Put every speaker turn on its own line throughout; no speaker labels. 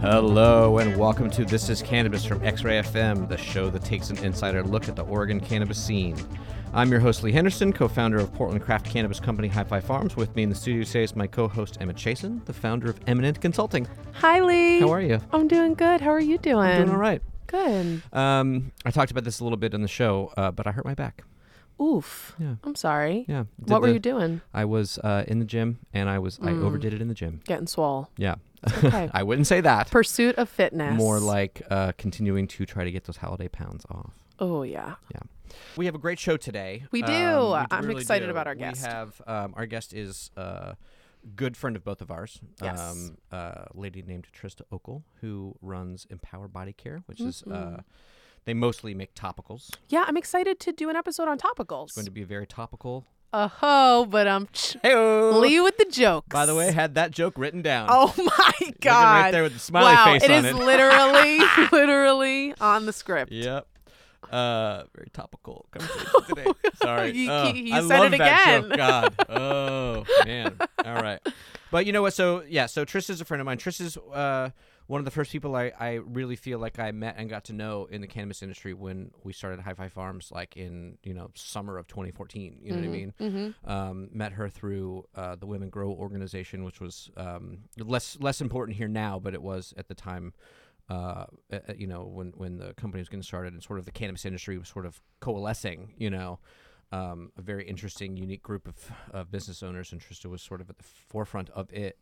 Hello and welcome to This is Cannabis from X Ray FM, the show that takes an insider look at the Oregon cannabis scene. I'm your host Lee Henderson, co-founder of Portland craft cannabis company Hi-Fi Farms. With me in the studio today is my co-host Emma Chasen, the founder of Eminent Consulting.
Hi, Lee.
How are you?
I'm doing good. How are you doing?
I'm doing all right.
Good.
Um, I talked about this a little bit in the show, uh, but I hurt my back.
Oof.
Yeah.
I'm sorry.
Yeah. Did
What were
the-
you doing?
I was uh, in the gym, and I was I overdid it in the gym.
Getting swole.
Yeah.
Okay.
I wouldn't say that.
Pursuit of fitness.
More like uh, continuing to try to get those holiday pounds off.
Oh yeah.
Yeah. We have a great show today. Um,
We do.
we
I'm
really
excited
do.
about our guest.
We have um, our guest is a good friend of both of ours.
Yes.
Um, a lady named Trista Okel who runs Empower Body Care, which is
Mm-hmm.
uh, they mostly make topicals.
Yeah, I'm excited to do an episode on
It's going
topicals.
to be very topical.
Uh ho, but um,
Hey,
Lee with the jokes.
by the way, had that joke written down.
Oh my
Looking
God.
right there with the smiley
wow,
face
it
on
is
it.
literally, literally on the script.
Yep. Uh, very topical conversation today. Sorry.
You-
Oh,
you
I
said
love
it
that
again.
joke. God. Oh man. All right. But you know what? So yeah. So Tris is a friend of mine. Tris is uh, one of the first people I, I really feel like I met and got to know in the cannabis industry when we started Hi-Fi Farms, like in you know summer of 2014. You know what I mean? Um, met her through uh, the Women Grow organization, which was um, less less important here now, but it was at the time uh, uh, you know, when when the company was getting started and sort of the cannabis industry was sort of coalescing, you know, um, a very interesting, unique group of, of business owners, and Trista was sort of at the forefront of it.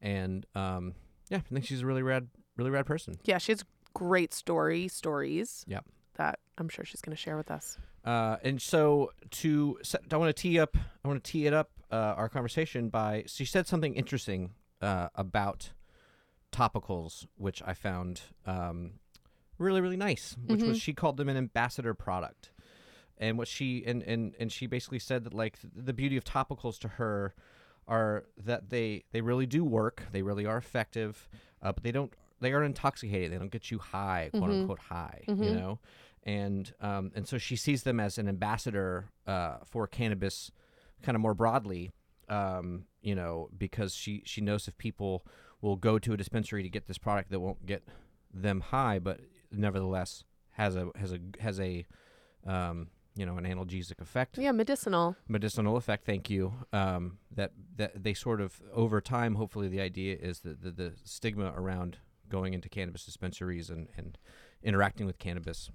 And um, yeah, I think she's a really rad, really rad person.
Yeah, she has great story stories
Yep.
that I'm sure she's going to share with us.
Uh, and so to set, I want to tee up I want to tee it up uh, our conversation by she said something interesting uh, about topicals which I found um, really really nice which was she called them an ambassador product and what she and and and she basically said that like th- the beauty of topicals to her are that they they really do work they really are effective uh, but they don't they aren't intoxicating they don't get you high quote unquote high you know and um, and so she sees them as an ambassador uh, for cannabis kind of more broadly um, you know because she she knows if people will go to a dispensary to get this product that won't get them high but nevertheless has a has a has a um, you know an analgesic effect
Yeah, medicinal.
medicinal effect. Thank you. Um, that that they sort of over time. Hopefully, the idea is that the, the stigma around going into cannabis dispensaries and, and interacting with cannabis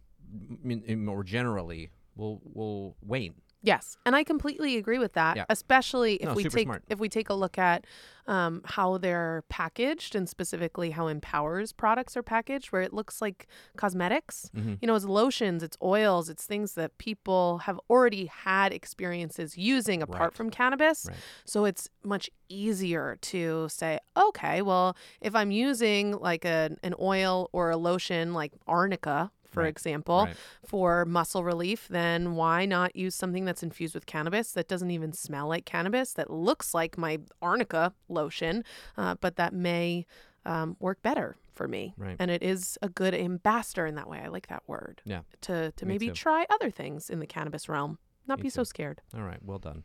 m- m- more generally will will wane.
Yes, and I completely agree with that,
Yeah.
especially if
No,
we
super
take
smart.
if we take a look at um, how they're packaged and specifically how Empower's products are packaged, where it looks like cosmetics.
Mm-hmm.
You know, it's lotions, it's oils, it's things that people have already had experiences using apart
Right.
from cannabis.
Right.
So it's much easier to say, okay, well, if I'm using like a, an oil or a lotion like arnica, for
Right.
example,
Right.
for muscle relief, then why not use something that's infused with cannabis that doesn't even smell like cannabis, that looks like my arnica lotion, uh, but that may um, work better for me?
Right.
And it is a good ambassador in that way. I like that word.
Yeah.
To, to
Me
maybe
too.
try other things in the cannabis realm, not
Me
be so
too.
scared.
All right. Well done.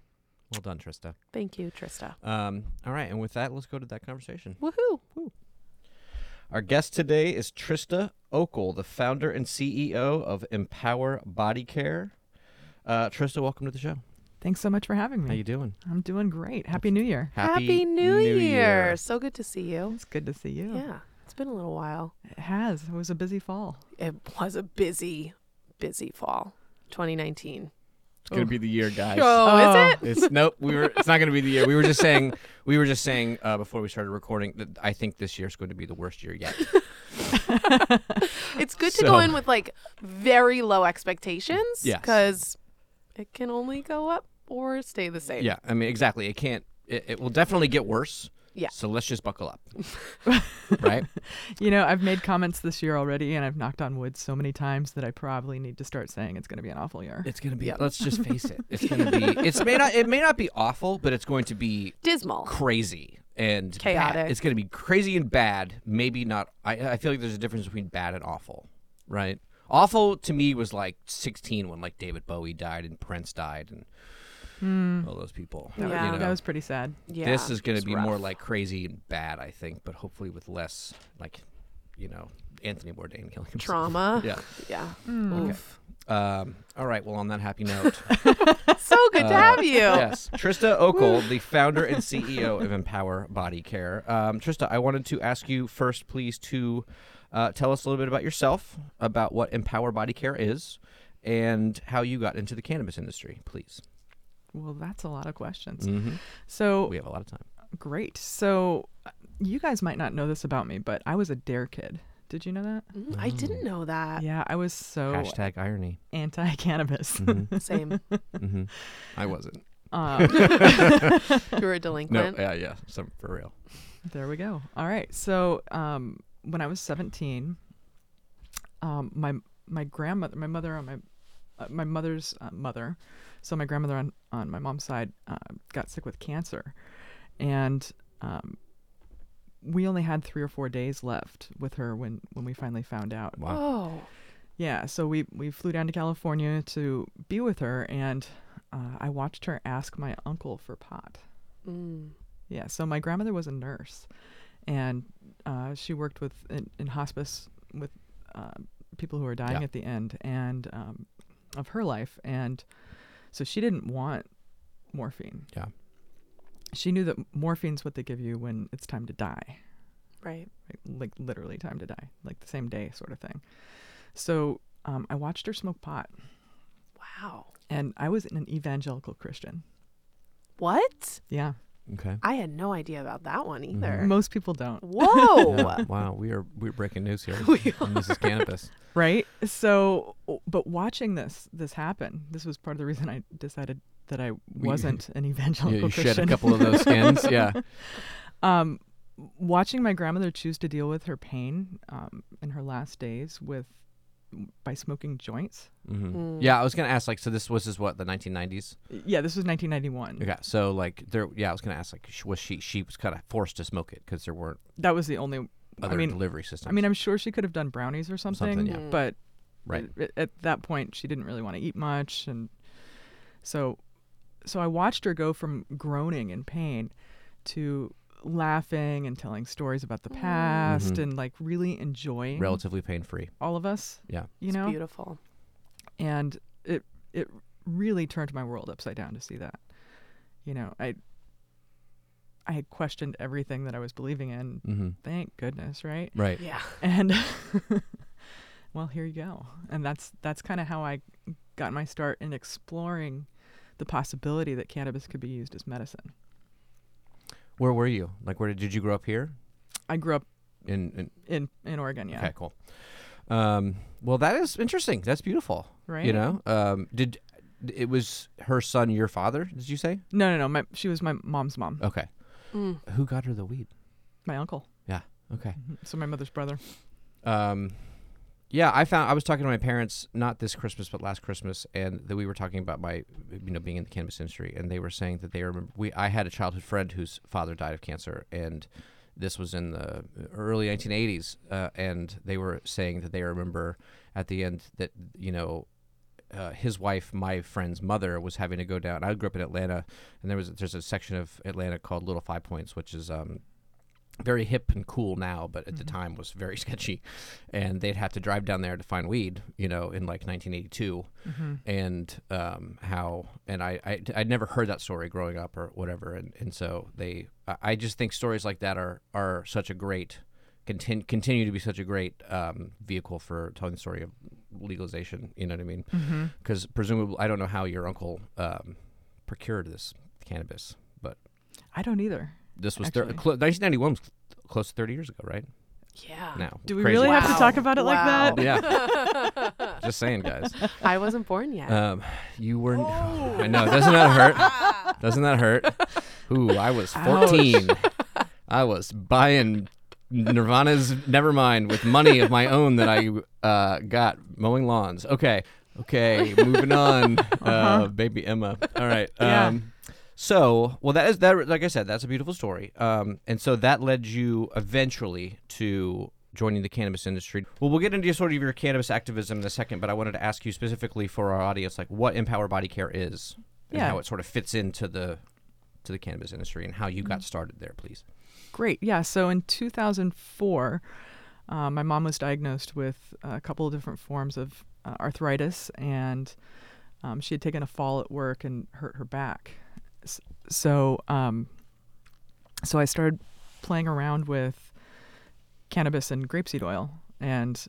Well done, Trista.
Thank you, Trista.
Um, all right. And with that, let's go to that conversation.
Woohoo.
Our guest today is Trista Okel, the founder and CEO of Empower Body Care. Uh, Trista, welcome to the show.
Thanks so much for having
How
me.
you doing?
I'm doing great. Happy New Year.
Happy, New, Year. So good to see you.
It's good to see you.
Yeah. It's been a little while.
It has. It was a busy fall.
It was a busy, busy fall. 2019.
It's gonna be the year, guys.
oh, is it?
It's nope. We were. It's not gonna be the year. We were just saying. We were just saying uh, before we started recording that I think this year's going to be the worst year yet.
It's good to
So-
go in with like very low expectations
Yes.
because it can only go up or stay the same.
yeah. I mean, exactly. It can't. It, it will definitely get worse.
Yeah.
So let's just buckle up. right.
You know, I've made comments this year already, and I've knocked on wood so many times that I probably need to start saying it's going to be an awful year.
It's gonna be.
Yeah.
Let's just face it. It's gonna be. It's may not. It may not be awful, but it's going to be
Dismal.
crazy and bad.
Chaotic.
It's gonna be crazy and bad. Maybe not. I, I feel like there's a difference between bad and awful, right? Awful to me was like 16 when like David Bowie died and Prince died and all those people.
That,
Hmm. Yeah.
was,
you know.
that was pretty sad.
Yeah.
This is gonna
It's
be
rough.
more like crazy and bad, I think, but hopefully with less like you know Anthony Bourdain killing himself.
Trauma.
Yeah.
Yeah.
Mm.
Oof. Um, all right. Well, on that happy note,
So good to
Uh,
have you.
yes, Trista Ockel, the founder and CEO of Empower Body Care. Um, Trista, I wanted to ask you first, please, to uh, tell us a little bit about yourself, about what Empower Body Care is, and how you got into the cannabis industry, please.
Well, that's a lot of questions.
Mhm.
So
We have a lot of time.
great. So uh, you guys might not know this about me, but I was a dare kid. Did you know that?
Mm, I didn't know that.
Yeah, I was so
Hashtag Mm-hmm. irony.
anti cannabis.
Same.
hmm I wasn't.
um,
You were a
No. eh,
delinquent.
Yeah. Yeah. Some for real.
There we go. All right. So um, when I was 17, um, my my grandmother, my mother on my uh, my mother's uh, mother, so my grandmother on on my mom's side uh, got sick with cancer, and um, we only had three or four days left with her when when we finally found out.
Wow.
Oh.
Yeah, so we we flew down to California to be with her, and uh, I watched her ask my uncle for pot.
Mm.
Yeah. So my grandmother was a nurse, and uh, she worked with in, in hospice with uh, people who were dying
Yeah.
at the end and um, of her life, and so she didn't want morphine.
Yeah.
She knew that morphine's what they give you when it's time to die,
Right.
like, like literally time to die, like the same day sort of thing. So um, I watched her smoke pot,
Wow.
and I was an evangelical Christian.
What?
Yeah.
Okay.
I had no idea about that one either.
Most people don't.
Whoa.
Yeah, wow, we are we're breaking news here. on Mrs. Cannabis.
right so w- but watching this this happen this was part of the reason i decided that i wasn't an
Yeah,
evangelical
you shed a
Oh, christian
couple of those skins. Yeah.
um watching my grandmother choose to deal with her pain um in her last days with by smoking joints
hmm
Mm.
Yeah, I was gonna ask like, so this was is what the 1990s.
yeah this was 1991
Okay, so like there, yeah, I was gonna ask like, sh- was she she was kind of forced to smoke it because there weren't
that was the only
other
i mean
delivery systems.
i mean i'm sure she could have done brownies or something,
Something, yeah.
Mm.
but
right?
at, at that point she didn't really want to eat much and so so i watched her go from groaning in pain to laughing and telling stories about
Mm.
the past
Mhm.
and like really enjoying
Relatively pain free.
all of us
Yeah.
you know
It's beautiful.
and it it really turned my world upside down to see that you know i i had questioned everything that i was believing in
Mm-hmm.
thank goodness right
Right.
Yeah.
and well here you go and that's that's kind of how i got my start in exploring the possibility that cannabis could be used as medicine
Where were you? Like, where did, did you grow up here?
i grew up
In, in
in in oregon yeah
okay, cool. Um, well, that is interesting. That's beautiful.
right
You know, um, did it was her son your father? Did you say?
no no no my, she was my mom's mom
Okay.
Mm.
Who got her the weed?
my uncle
Okay.
Mhm. so my mother's brother
Um, yeah, I found I was talking to my parents not this Christmas but last Christmas, and that we were talking about my you know being in the cannabis industry, and they were saying that they remember we I had a childhood friend whose father died of cancer, and this was in the early 1980s, uh, and they were saying that they remember at the end that you know. Uh, his wife, my friend's mother, was having to go down. I grew up in Atlanta, and there was there's a section of Atlanta called Little Five Points, which is um, very hip and cool now, but at the
Mhm.
time was very sketchy. And they'd have to drive down there to find weed, you know, in like 1982.
mm-hmm.
And um, how, and I, I, I'd never heard that story growing up or whatever. And, and so they, I- I just think stories like that are, are such a great, continue, continue to be such a great um, vehicle for telling the story of legalization. You know what I mean?
Mm-hmm.
Because presumably, I don't know how your uncle um, procured this cannabis.
i don't either
This was thir-
Actually.
clo- 1991 was close to 30 years ago, right?
Yeah.
now.
Uh, do we
Crazy.
really have to
Wow.
talk about it like
Wow.
that
Yeah. Just saying, guys.
I wasn't born yet.
Um, you were. I know. Doesn't that hurt? Doesn't that hurt? Ooh, I was
Ouch.
14. I was buying Nirvana's Nevermind with money of my own that I uh, got mowing lawns. Okay. Okay. Moving on. uh baby Emma. All right.
Uh-huh. Yeah.
Um, So, well, that is that. Like I said, that's a beautiful story. Um, and so that led you eventually to joining the cannabis industry. Well, we'll get into sort of your cannabis activism in a second, but I wanted to ask you specifically for our audience, like what Empower Body Care is and
Yeah.
how it sort of fits into the to the cannabis
Mm-hmm.
industry and how you got started there, please.
Great. Yeah. So in 2004, Uh, my mom was diagnosed with a couple of different forms of uh, arthritis, and um, she had taken a fall at work and hurt her back. S- So, um, so I started playing around with cannabis and grapeseed oil, and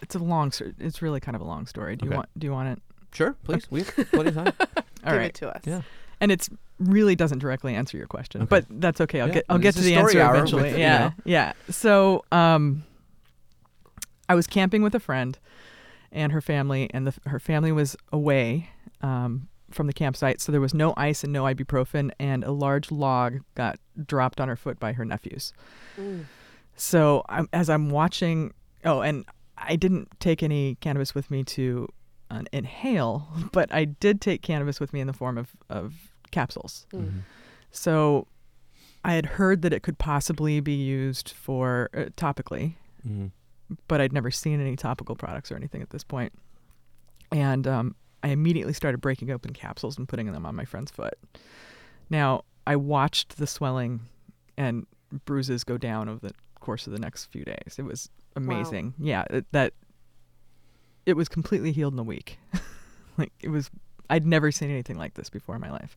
it's a long. s- It's really kind of a long story. Do
Okay.
you want? Do you want it?
Sure, please. We have plenty of time.
All
Give
right.
it to us.
Yeah.
and it's really doesn't directly answer your question,
Okay.
but that's okay. I'll
Yeah,
get I'll
and
get
it's
to
a
the
story
answer
hour
eventually.
with, you
yeah,
know.
yeah. So, um, I was camping with a friend and her family, and the, her family was away um, from the campsite, so there was no ice and no ibuprofen, and a large log got dropped on her foot by her nephews.
Mm.
So I'm, as I'm watching, oh, and I didn't take any cannabis with me to uh, inhale, but I did take cannabis with me in the form of, of capsules.
Mm.
So I had heard that it could possibly be used for uh, topically,
Mm-hmm.
but I'd never seen any topical products or anything at this point. And um, I immediately started breaking open capsules and putting them on my friend's foot. Now, I watched the swelling and bruises go down over the course of the next few days. It was amazing. Yeah, it, that it was completely healed in a week. like it was I'd never seen anything like this before in my life.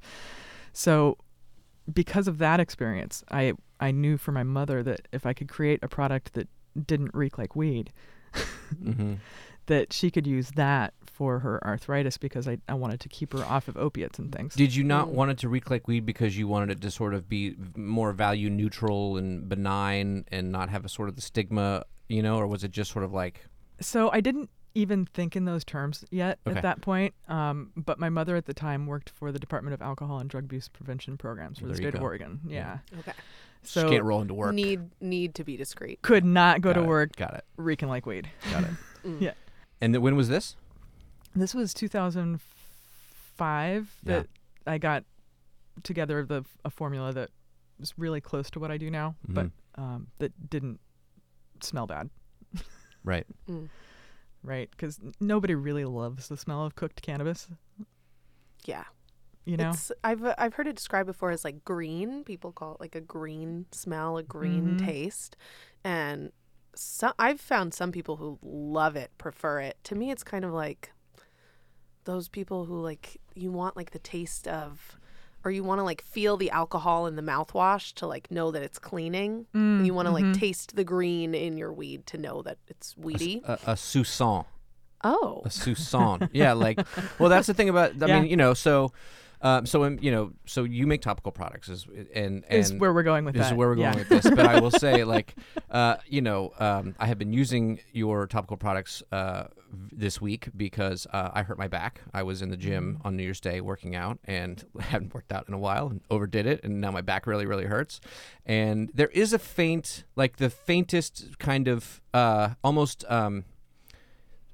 So because of that experience, I I knew for my mother that if I could create a product that didn't reek like weed,
Mm-hmm.
that she could use that for her arthritis because I, I wanted to keep her off of opiates and things.
Did you not
Mm.
want it to reek like weed because you wanted it to sort of be v- more value neutral and benign and not have a sort of the stigma, you know, or was it just sort of like
So I didn't even think in those terms yet
Okay.
at that point. Um, but my mother at the time worked for the Department of Alcohol and Drug Abuse Prevention Programs for
There
the
you
state of
go.
Oregon.
Yeah.
Yeah.
Okay.
so,
So
just can't roll into work?
Need need to be discreet.
could not go
Got
to
it.
work
Got it.
reeking like weed.
Got it.
Mm.
Yeah.
And th- when was this?
This was 2005
Yeah.
that I got together the a formula that was really close to what I do now, but
Mhm.
um, that didn't smell bad,
right.
Mm.
right? Because nobody really loves the smell of cooked cannabis,
Yeah.
you know.
It's, I've uh, I've heard it described before as like green. People call it like a green smell, a green
Mhm.
taste, and so I've found some people who love it, prefer it. To me, it's kind of like those people who like you want like the taste of, or you want to like feel the alcohol in the mouthwash to like know that it's cleaning.
Mm,
And you want to
mm-hmm.
like taste the green in your weed to know that it's
A,
weedy.
s- a- a Susan.
Oh,
A Susan. yeah, like well that's the thing about I
Yeah.
mean, you know, so um, so um, you know, so you make topical products is and and
is where we're going with
this
that.
is where we're going
yeah.
with this. But I will say, like, uh, you know, um, I have been using your topical products uh, v- this week because uh, I hurt my back. I was in the gym
Mm-hmm.
on New Year's Day working out and hadn't worked out in a while and overdid it, and now my back really, really hurts. And there is a faint, like the faintest kind of uh, almost. Um,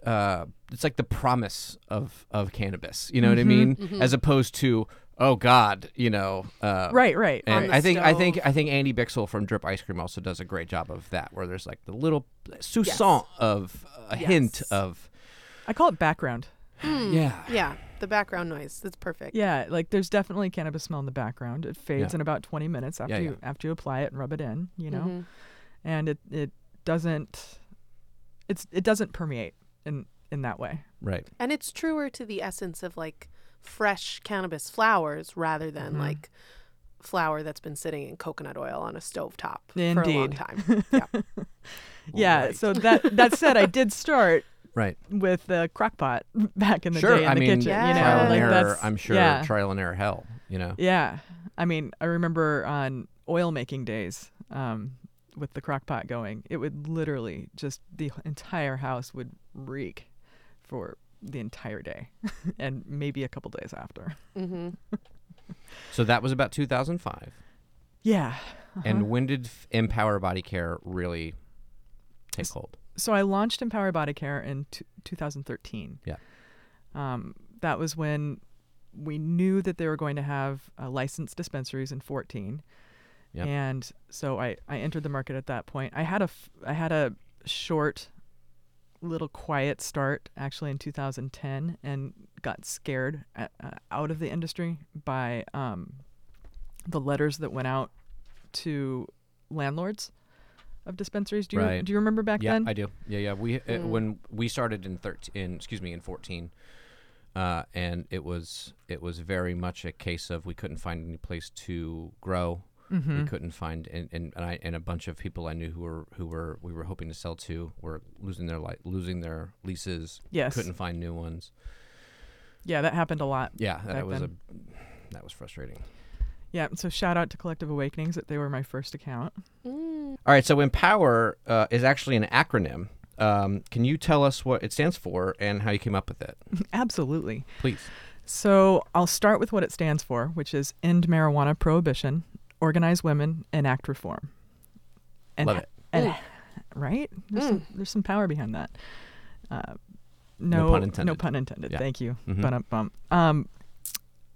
uh, it's like the promise of of cannabis, you know
Mm-hmm.
what I mean, as opposed to oh god, you know, uh,
Right, right.
and
on the
I think I
stove.
think I think Andy Bixel from Drip Ice Cream also does a great job of that, where there's like the little sousson of a hint
Yes.
of
I call it background.
Mm.
yeah.
yeah, the background noise. That's perfect.
Yeah, like there's definitely cannabis smell in the background. It fades
Yeah.
in about 20 minutes after
Yeah,
you after you apply it and rub it in, you know.
Mhm.
And it it doesn't it's it doesn't permeate in in that way.
right.
And it's truer to the essence of like fresh cannabis flowers rather than
Mhm.
like flour that's been sitting in coconut oil on a stovetop for a long
Indeed.
time.
Yeah,
Right.
so that that said I did start
right.
with the crock pot back in the
sure.
day in
I
the
mean,
kitchen, you
Yeah.
know,
trial and
like
error.
that's
I'm sure
yeah.
trial and error hell. You know.
Yeah. I mean, I remember on oil making days um, with the crock pot going, it would literally just the entire house would reek for the entire day and maybe a couple days after.
hmm
So that was about 2005.
Yeah. uh-huh.
And when did F- Empower Body Care really take hold?
so I launched Empower Body Care in t- 2013.
Yeah.
Um, that was when we knew that they were going to have uh, licensed dispensaries in 14.
Yep.
And so I, I entered the market at that point. I had a f- I had a short little quiet start actually in 2010 and got scared a- uh, out of the industry by um, the letters that went out to landlords of dispensaries. Do you
Right.
do you remember back
yeah,
then?
I do. Yeah, yeah. We uh,
Mm.
when we started in thirteen, in, excuse me, in fourteen, uh, and it was it was very much a case of we couldn't find any place to grow.
mm-hmm.
We couldn't find and, and and I and a bunch of people I knew who were who were we were hoping to sell to were losing their li- losing their leases.
Yes.
Couldn't find new ones.
Yeah, that happened a lot.
Yeah,
Back
that was a that was frustrating.
Yeah. So shout out to Collective Awakenings that they were my first account.
Mm.
All right, so Empower uh, is actually an acronym. Um, can you tell us what it stands for and how you came up with it,
Absolutely.
please?
So I'll start with what it stands for, which is End Marijuana Prohibition, Organize Women, Enact Reform. And
Love it.
and-
Mm.
right? There's, some, there's some power behind that. Uh,
No
no,
pun intended.
pun intended.
Yeah.
Thank you.
Mhm.
Bum, bum. Um,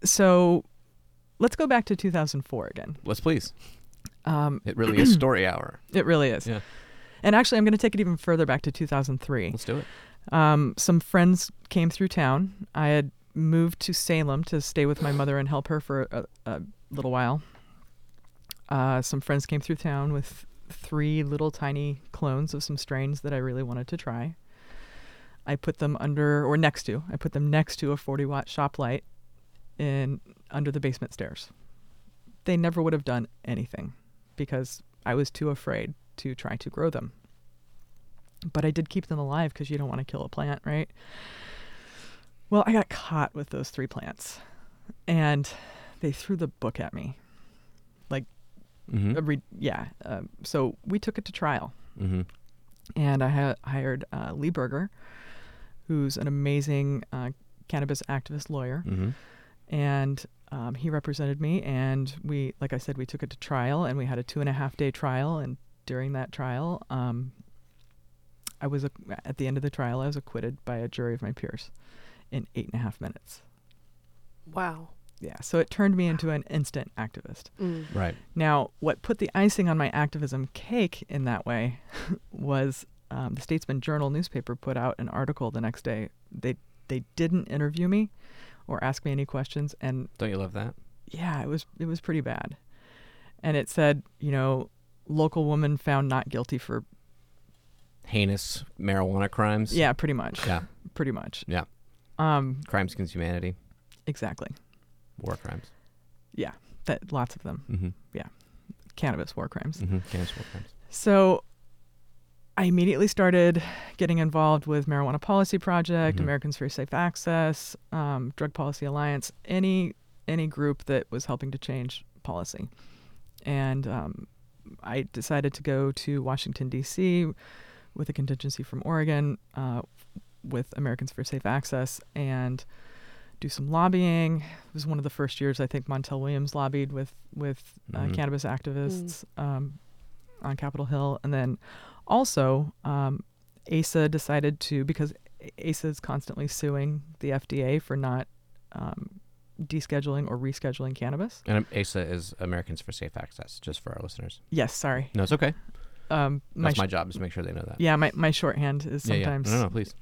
so let's go back to 2004 again.
Let's please.
Um,
It really is story hour.
it really is.
Yeah.
And actually, I'm going to take it even further back to 2003.
Let's do it.
Um, some friends came through town. I had moved to Salem to stay with my mother and help her for a, a little while. Uh, some friends came through town with three little tiny clones of some strains that I really wanted to try. I put them under or next to, I put them next to a 40 watt shop light in under the basement stairs. They never would have done anything because I was too afraid to try to grow them but I did keep them alive because you don't want to kill a plant, right? Well, I got caught with those three plants and they threw the book at me.
Mm-hmm.
A re- yeah. Um, so we took it to trial
Mm-hmm.
and I ha- hired uh, Lee Berger, who's an amazing uh, cannabis activist lawyer.
Mm-hmm.
And um, he represented me. And we, like I said, we took it to trial and we had a two and a half day trial. And during that trial, um, I was ac- at the end of the trial, I was acquitted by a jury of my peers in eight and a half minutes.
Wow.
Yeah, so it turned me into an instant activist.
Mm.
Right.
Now, what put the icing on my activism cake in that way was um, the Statesman Journal newspaper put out an article the next day. They they didn't interview me or ask me any questions, and
Don't you love that?
yeah, it was it was pretty bad. And it said, you know, local woman found not guilty for
Heinous marijuana crimes.
yeah, pretty much,
Yeah.
pretty much,
Yeah.
um,
Crimes against humanity.
exactly.
War crimes.
That lots of them,
Mm-hmm.
cannabis war crimes.
Mm-hmm. Heinous war crimes.
So I immediately started getting involved with Marijuana Policy Project,
Mhm.
Americans for Safe Access, um, Drug Policy Alliance, any any group that was helping to change policy. And um, I decided to go to Washington D.C. with a contingency from Oregon uh, with Americans for Safe Access and do some lobbying. It was one of the first years I think Montel Williams lobbied with with uh,
Mhm.
cannabis activists um, on Capitol Hill, and then also um, ASA decided to because ASA is constantly suing the FDA for not um, descheduling or rescheduling cannabis.
And um, ASA is Americans for Safe Access, just for our listeners.
Yes, sorry.
No, it's okay.
Um, my,
That's
sh-
my job is to make sure they know that.
yeah, my my shorthand is sometimes
Yeah, yeah. No, no, please.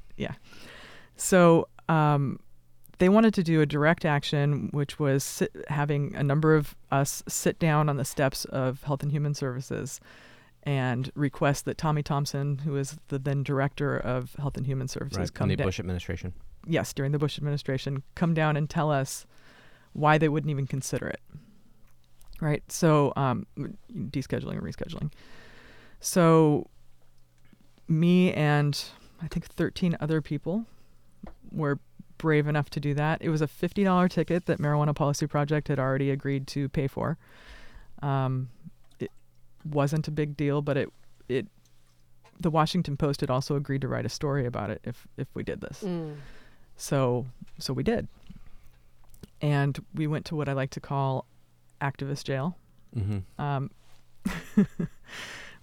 So um, they wanted to do a direct action, which was sit, having a number of us sit down on the steps of Health and Human Services and request that Tommy Thompson, who is the then director of Health and Human Services,
Right. From
come
the
down.
Bush administration.
Yes, during the Bush administration, come down and tell us why they wouldn't even consider it. Right. So um, descheduling and rescheduling. So me and I think 13 other people were brave enough to do that. It was a $50 ticket that Marijuana Policy Project had already agreed to pay for. Um, it wasn't a big deal, but it it the Washington Post had also agreed to write a story about it if if we did this.
Mm.
So so we did. And we went to what I like to call activist jail.
Mm-hmm.
Um,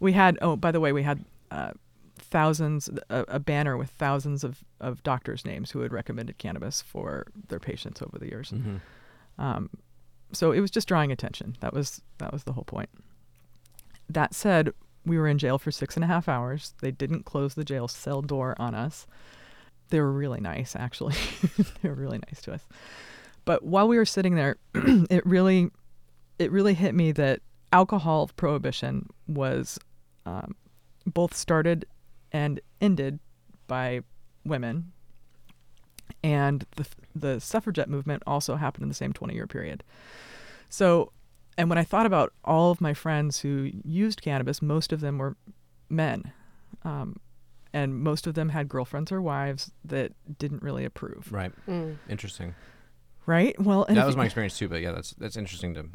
we had oh by the way we had uh, thousands a, a banner with thousands of, of doctors' names who had recommended cannabis for their patients over the years.
Mm-hmm.
Um, so it was just drawing attention. That was that was the whole point. That said, we were in jail for six and a half hours. They didn't close the jail cell door on us. They were really nice, actually. they were really nice to us. But while we were sitting there, it really, it really hit me that alcohol prohibition was um, both started and ended by women. And the, f- the suffragette movement also happened in the same 20 year period. So, and when I thought about all of my friends who used cannabis, most of them were men. Um, and most of them had girlfriends or wives that didn't really approve.
Right.
Mm.
Interesting.
Right? Well, and
that
if
was
you-
my experience too, but yeah, that's that's interesting to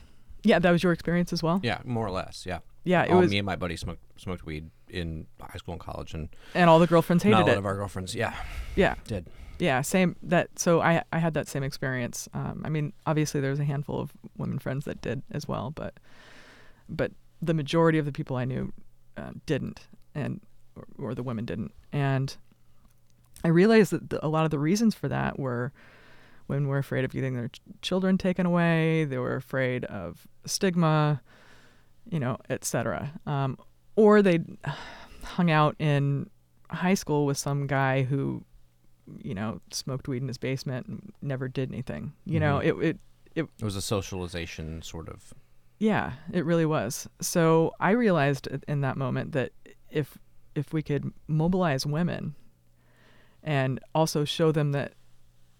Yeah, that was your experience as well.
yeah, more or less. Yeah.
Yeah, it
All
was,
me and my buddy smoked smoked weed in high school and college and
and all the girlfriends
not a
hated
lot
it.
of our girlfriends. Yeah.
Yeah.
Did.
Yeah, same that. So I I had that same experience. Um, I mean, obviously there was a handful of women friends that did as well, but but the majority of the people I knew uh, didn't, and or, or the women didn't, and I realized that the, a lot of the reasons for that were women were afraid of getting their ch- children taken away. They were afraid of stigma, you know, etc. Um, or they hung out in high school with some guy who you know, smoked weed in his basement and never did anything. You know, it, it,
It was a socialization sort of
yeah, it really was. So I realized i- in that moment that if, if we could mobilize women and also show them that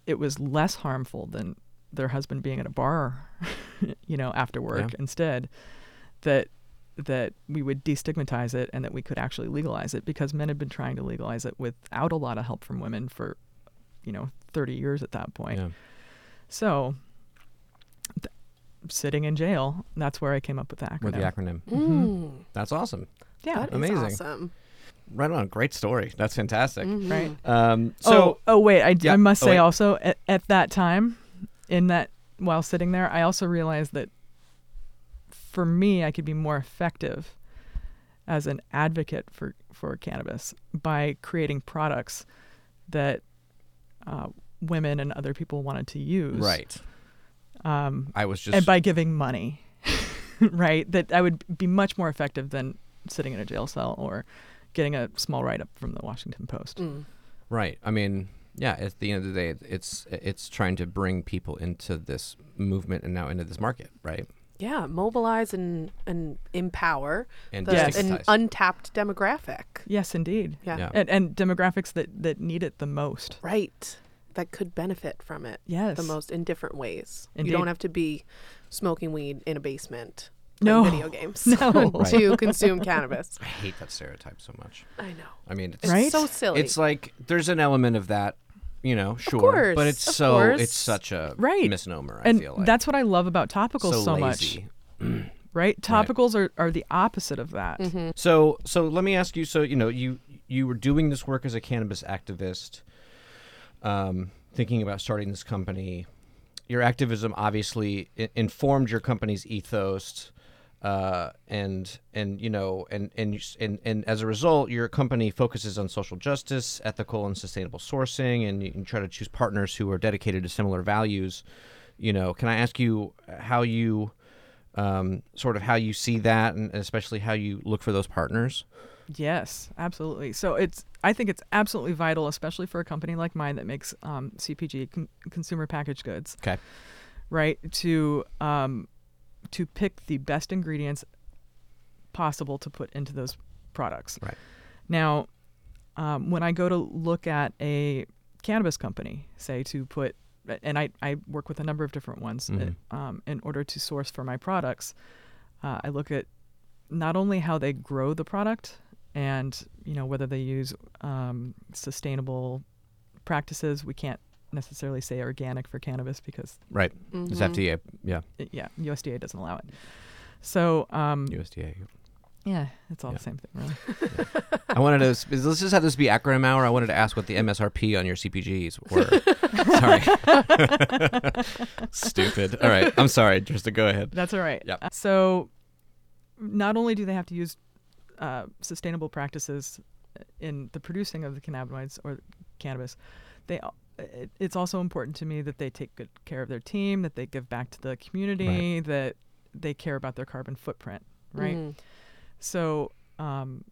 it was less harmful than their husband being at a bar, you know, after work instead, that, that we would destigmatize it and that we could actually legalize it because men had been trying to legalize it without a lot of help from women for, you know, 30 years at that point.
yeah.
So, th- sitting in jail, that's where I came up with the acronym.
with the acronym.
Mm.
That's awesome.
Mm-hmm. yeah.
That is
Amazing.
awesome.
Right on. Great story. That's fantastic.
Mm-hmm.
Right.
Um so
oh, oh, wait. I, d-
Yeah,
I must
oh,
say
wait.
also, at, at that time, in that, while sitting there, I also realized that for me, I could be more effective as an advocate for, for cannabis by creating products that uh, women and other people wanted to use.
right.
Um,
I was just
Oh. and by giving money, right? That I would be much more effective than sitting in a jail cell or getting a small write up from the Washington Post.
Mm.
Right. I mean, yeah. At the end of the day, it's it's trying to bring people into this movement and now into this market, right?
Yeah, mobilize and and empower
And
the,
Yes.
an
destigmatize.
untapped demographic.
Yes, indeed.
Yeah.
Yeah.
And, and demographics that, that need it the most.
Right. That could benefit from it
Yes.
the most in different ways. You
Indeed.
don't have to be smoking weed in a basement playing
No.
video games
No.
Right.
to consume cannabis.
I hate that stereotype so much.
I know.
I mean, it's
It's
Right?
so silly.
it's like there's an element of that, you know, sure, but
course,
it's
of
so
course.
it's such a
Right.
misnomer. I
and
feel like
that's what I love about topicals so, much,
lazy.
right? Topicals Are, are the opposite of that.
Mm-hmm.
So so let me ask you. So you know you you were doing this work as a cannabis activist, um, thinking about starting this company. Your activism obviously I- informed your company's ethos, uh, and and you know and and, you s- and and as a result, your company focuses on social justice, ethical and sustainable sourcing, and you, you try to choose partners who are dedicated to similar values. You know, can I ask you how you um, sort of how you see that, and especially how you look for those partners.
Yes, absolutely. So it's I think it's absolutely vital, especially for a company like mine that makes um, CPG con- consumer packaged goods.
Okay.
Right to um, to pick the best ingredients possible to put into those products.
Right.
Now, um, when I go to look at a cannabis company, say to put, and I, I work with a number of different ones
Mhm.
uh, um, in order to source for my products, uh, I look at not only how they grow the product and you know whether they use um, sustainable practices. We can't necessarily say organic for cannabis because
Right. It's
Mhm.
FDA. Yeah.
uh, yeah, USDA doesn't allow it. So um,
USDA.
yeah, it's all
Yeah.
the same thing, really.
I wanted to. sp- Let's just have this be acronym hour. I wanted to ask what the MSRP on your CPGs were. sorry. Stupid. All right. I'm sorry. Just to go ahead.
That's all right.
Yep.
Uh, So, not only do they have to use uh, sustainable practices uh, in the producing of the cannabinoids or cannabis, they al- it, it's also important to me that they take good care of their team, that they give back to the community, that they care about their carbon footprint, right?
Mhm.
So, um,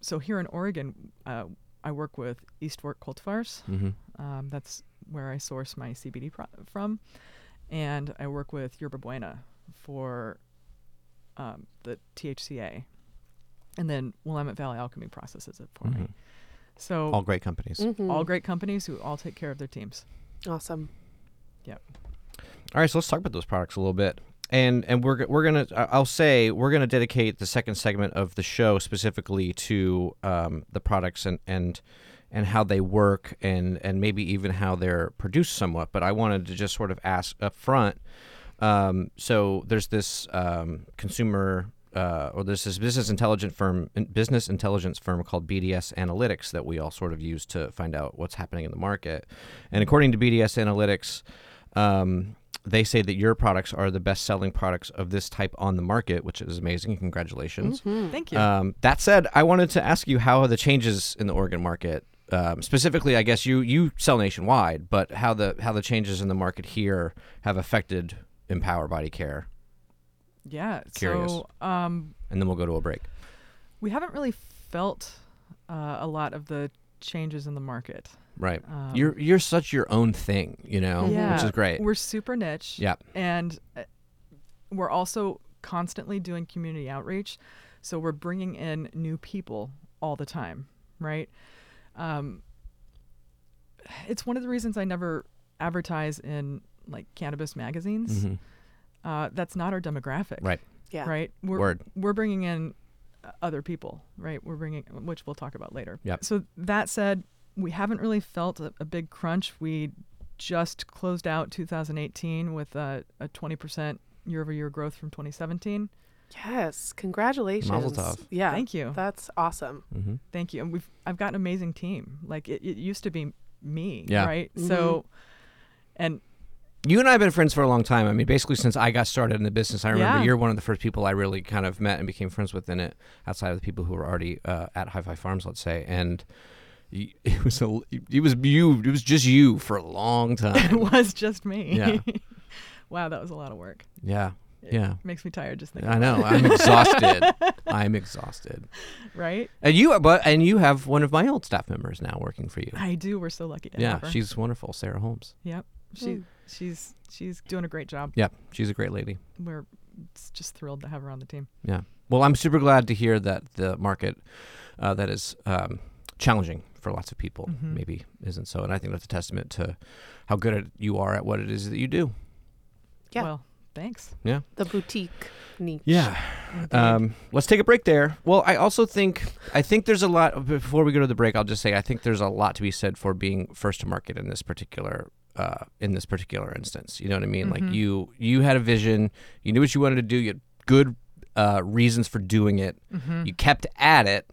so here in Oregon, uh, I work with Eastwork Cultivars.
Mm-hmm.
Um, that's where I source my CBD pro- from, and I work with Yerba Buena for um, the THCA. and then Willamette Valley Alchemy processes it for me.
Mhm.
So
All great companies.
Mhm.
all great companies who all take care of their teams.
awesome.
All right, so let's talk about those products a little bit. And and we're g- we're gonna I- I'll say we're gonna dedicate the second segment of the show specifically to um, the products and and and how they work and and maybe even how they're produced somewhat. But I wanted to just sort of ask up front. Um, so there's this um, consumer. Uh, or there's this business intelligence firm, business intelligence firm called BDS Analytics that we all sort of use to find out what's happening in the market. And according to BDS Analytics, um, they say that your products are the best selling products of this type on the market, which is amazing. Congratulations.
Mm,
Mm-hmm.
Thank you.
Um, that said, I wanted to ask you how the changes in the Oregon market, um, specifically, I guess you you sell nationwide, but how the how the changes in the market here have affected Empower Body Care,
yeah.
curious.
So um,
and then we'll go to a break.
we haven't really felt uh, a lot of the changes in the market.
Right.
Um,
you're you're such your own thing, you know, which
Yeah.
is great.
We're super niche.
Eh, Yeah.
And uh, we're also constantly doing community outreach. So we're bringing in new people all the time, right? Um, it's one of the reasons I never advertise in like cannabis magazines.
Mhm.
Uh, that's not our demographic.
Right.
Yeah.
Right. We're,
Word.
we're bringing in uh, other people, right? We're bringing, which we'll talk about later.
Yep.
So that said, we haven't really felt a, a big crunch. We just closed out 2018 with a, a 20% year-over-year growth from 2017.
Yes. Congratulations.
tov.
Yeah.
Thank you,
That's awesome.
Mm-hmm.
thank you. And we've I've got an amazing team. Like it, it used to be me,
Yeah.
right?
Mhm.
So, and
You and I have been friends for a long time. I mean, basically since I got started in the business, I remember
Yeah.
you're one of the first people I really kind of met and became friends with in it, outside of the people who were already uh, at Hi-Fi Farms, let's say. And y- it was a, it was you, it was just you for a long
it
time.
was just me.
Yeah.
wow, that was a lot of work.
yeah, yeah.
Makes me tired just thinking.
I know. I'm exhausted. I'm exhausted.
Right?
And you, but and you have one of my old staff members now working for you.
I do. We're so lucky to
Yeah,
have her.
she's wonderful, Sarah Holmes.
Yep. She she's she's doing a great job.
Yeah, she's a great lady.
We're s- just thrilled to have her on the team.
Yeah. Well, I'm super glad to hear that the market uh, that is um, challenging for lots of people
Mhm.
maybe isn't so, and I think that's a testament to how good at, you are at what it is that you do.
Yeah.
Well, thanks.
The boutique niche.
Um, let's take a break there. Well, I also think I think there's a lot before we go to the break. I'll just say I think there's a lot to be said for being first to market in this particular uh, in this particular instance. You know what I mean? Like
Mhm.
you you had a vision, you knew what you wanted to do, you had good uh, reasons for doing it.
Mhm.
you kept at it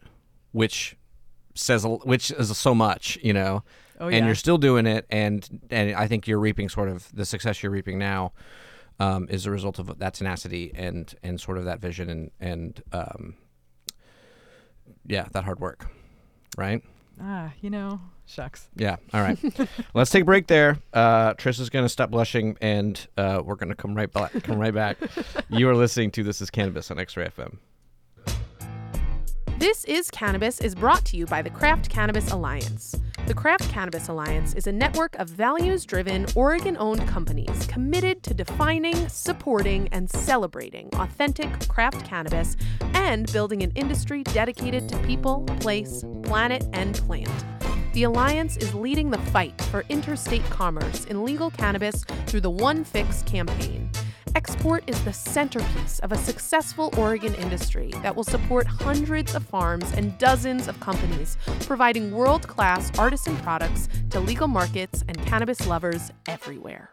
which says a- which is so much you know
Oh
and
yeah.
you're still doing it and and i think you're reaping sort of the success you're reaping now um, is a result of that tenacity and and sort of that vision and and um, yeah that hard work right
ah, you know, shucks.
yeah all right let's take a break there uh, trish is going to stop blushing and uh, we're going to come right back come right back you are listening to this is cannabis on x-ray fm
This is Cannabis is brought to you by the Craft Cannabis Alliance. The Craft Cannabis Alliance is a network of values driven, Oregon owned companies committed to defining, supporting, and celebrating authentic craft cannabis and building an industry dedicated to people, place, planet, and plant. The Alliance is leading the fight for interstate commerce in legal cannabis through the One Fix campaign. Export is the centerpiece of a successful Oregon industry that will support hundreds of farms and dozens of companies, providing world class artisan products to legal markets and cannabis lovers everywhere.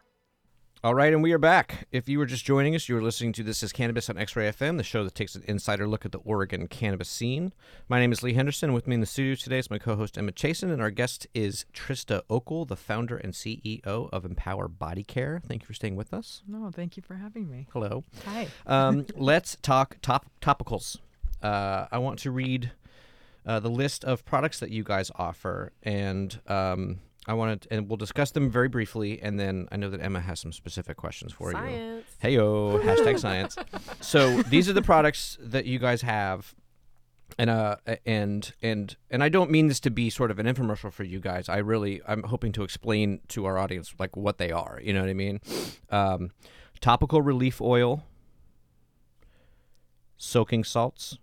All right, and we are back. If you were just joining us, you were listening to This is Cannabis on X Ray FM, the show that takes an insider look at the Oregon cannabis scene. My name is Lee Henderson. With me in the studio today is my co host Emma Chasen, and our guest is Trista Okel, the founder and CEO of Empower Body Care. Thank you for staying with us.
No, thank you for having me.
Hello.
Hi.
Um, let's talk top topicals. Uh, I want to read uh, the list of products that you guys offer, and um, I want to, and we'll discuss them very briefly, and then I know that Emma has some specific questions for you.
Science.
Heyo, hashtag science. So these are the products that you guys have, and uh, and and and I don't mean this to be sort of an infomercial for you guys. I really, I'm hoping to explain to our audience like what they are. You know what I mean? Um, topical relief oil, soaking salts,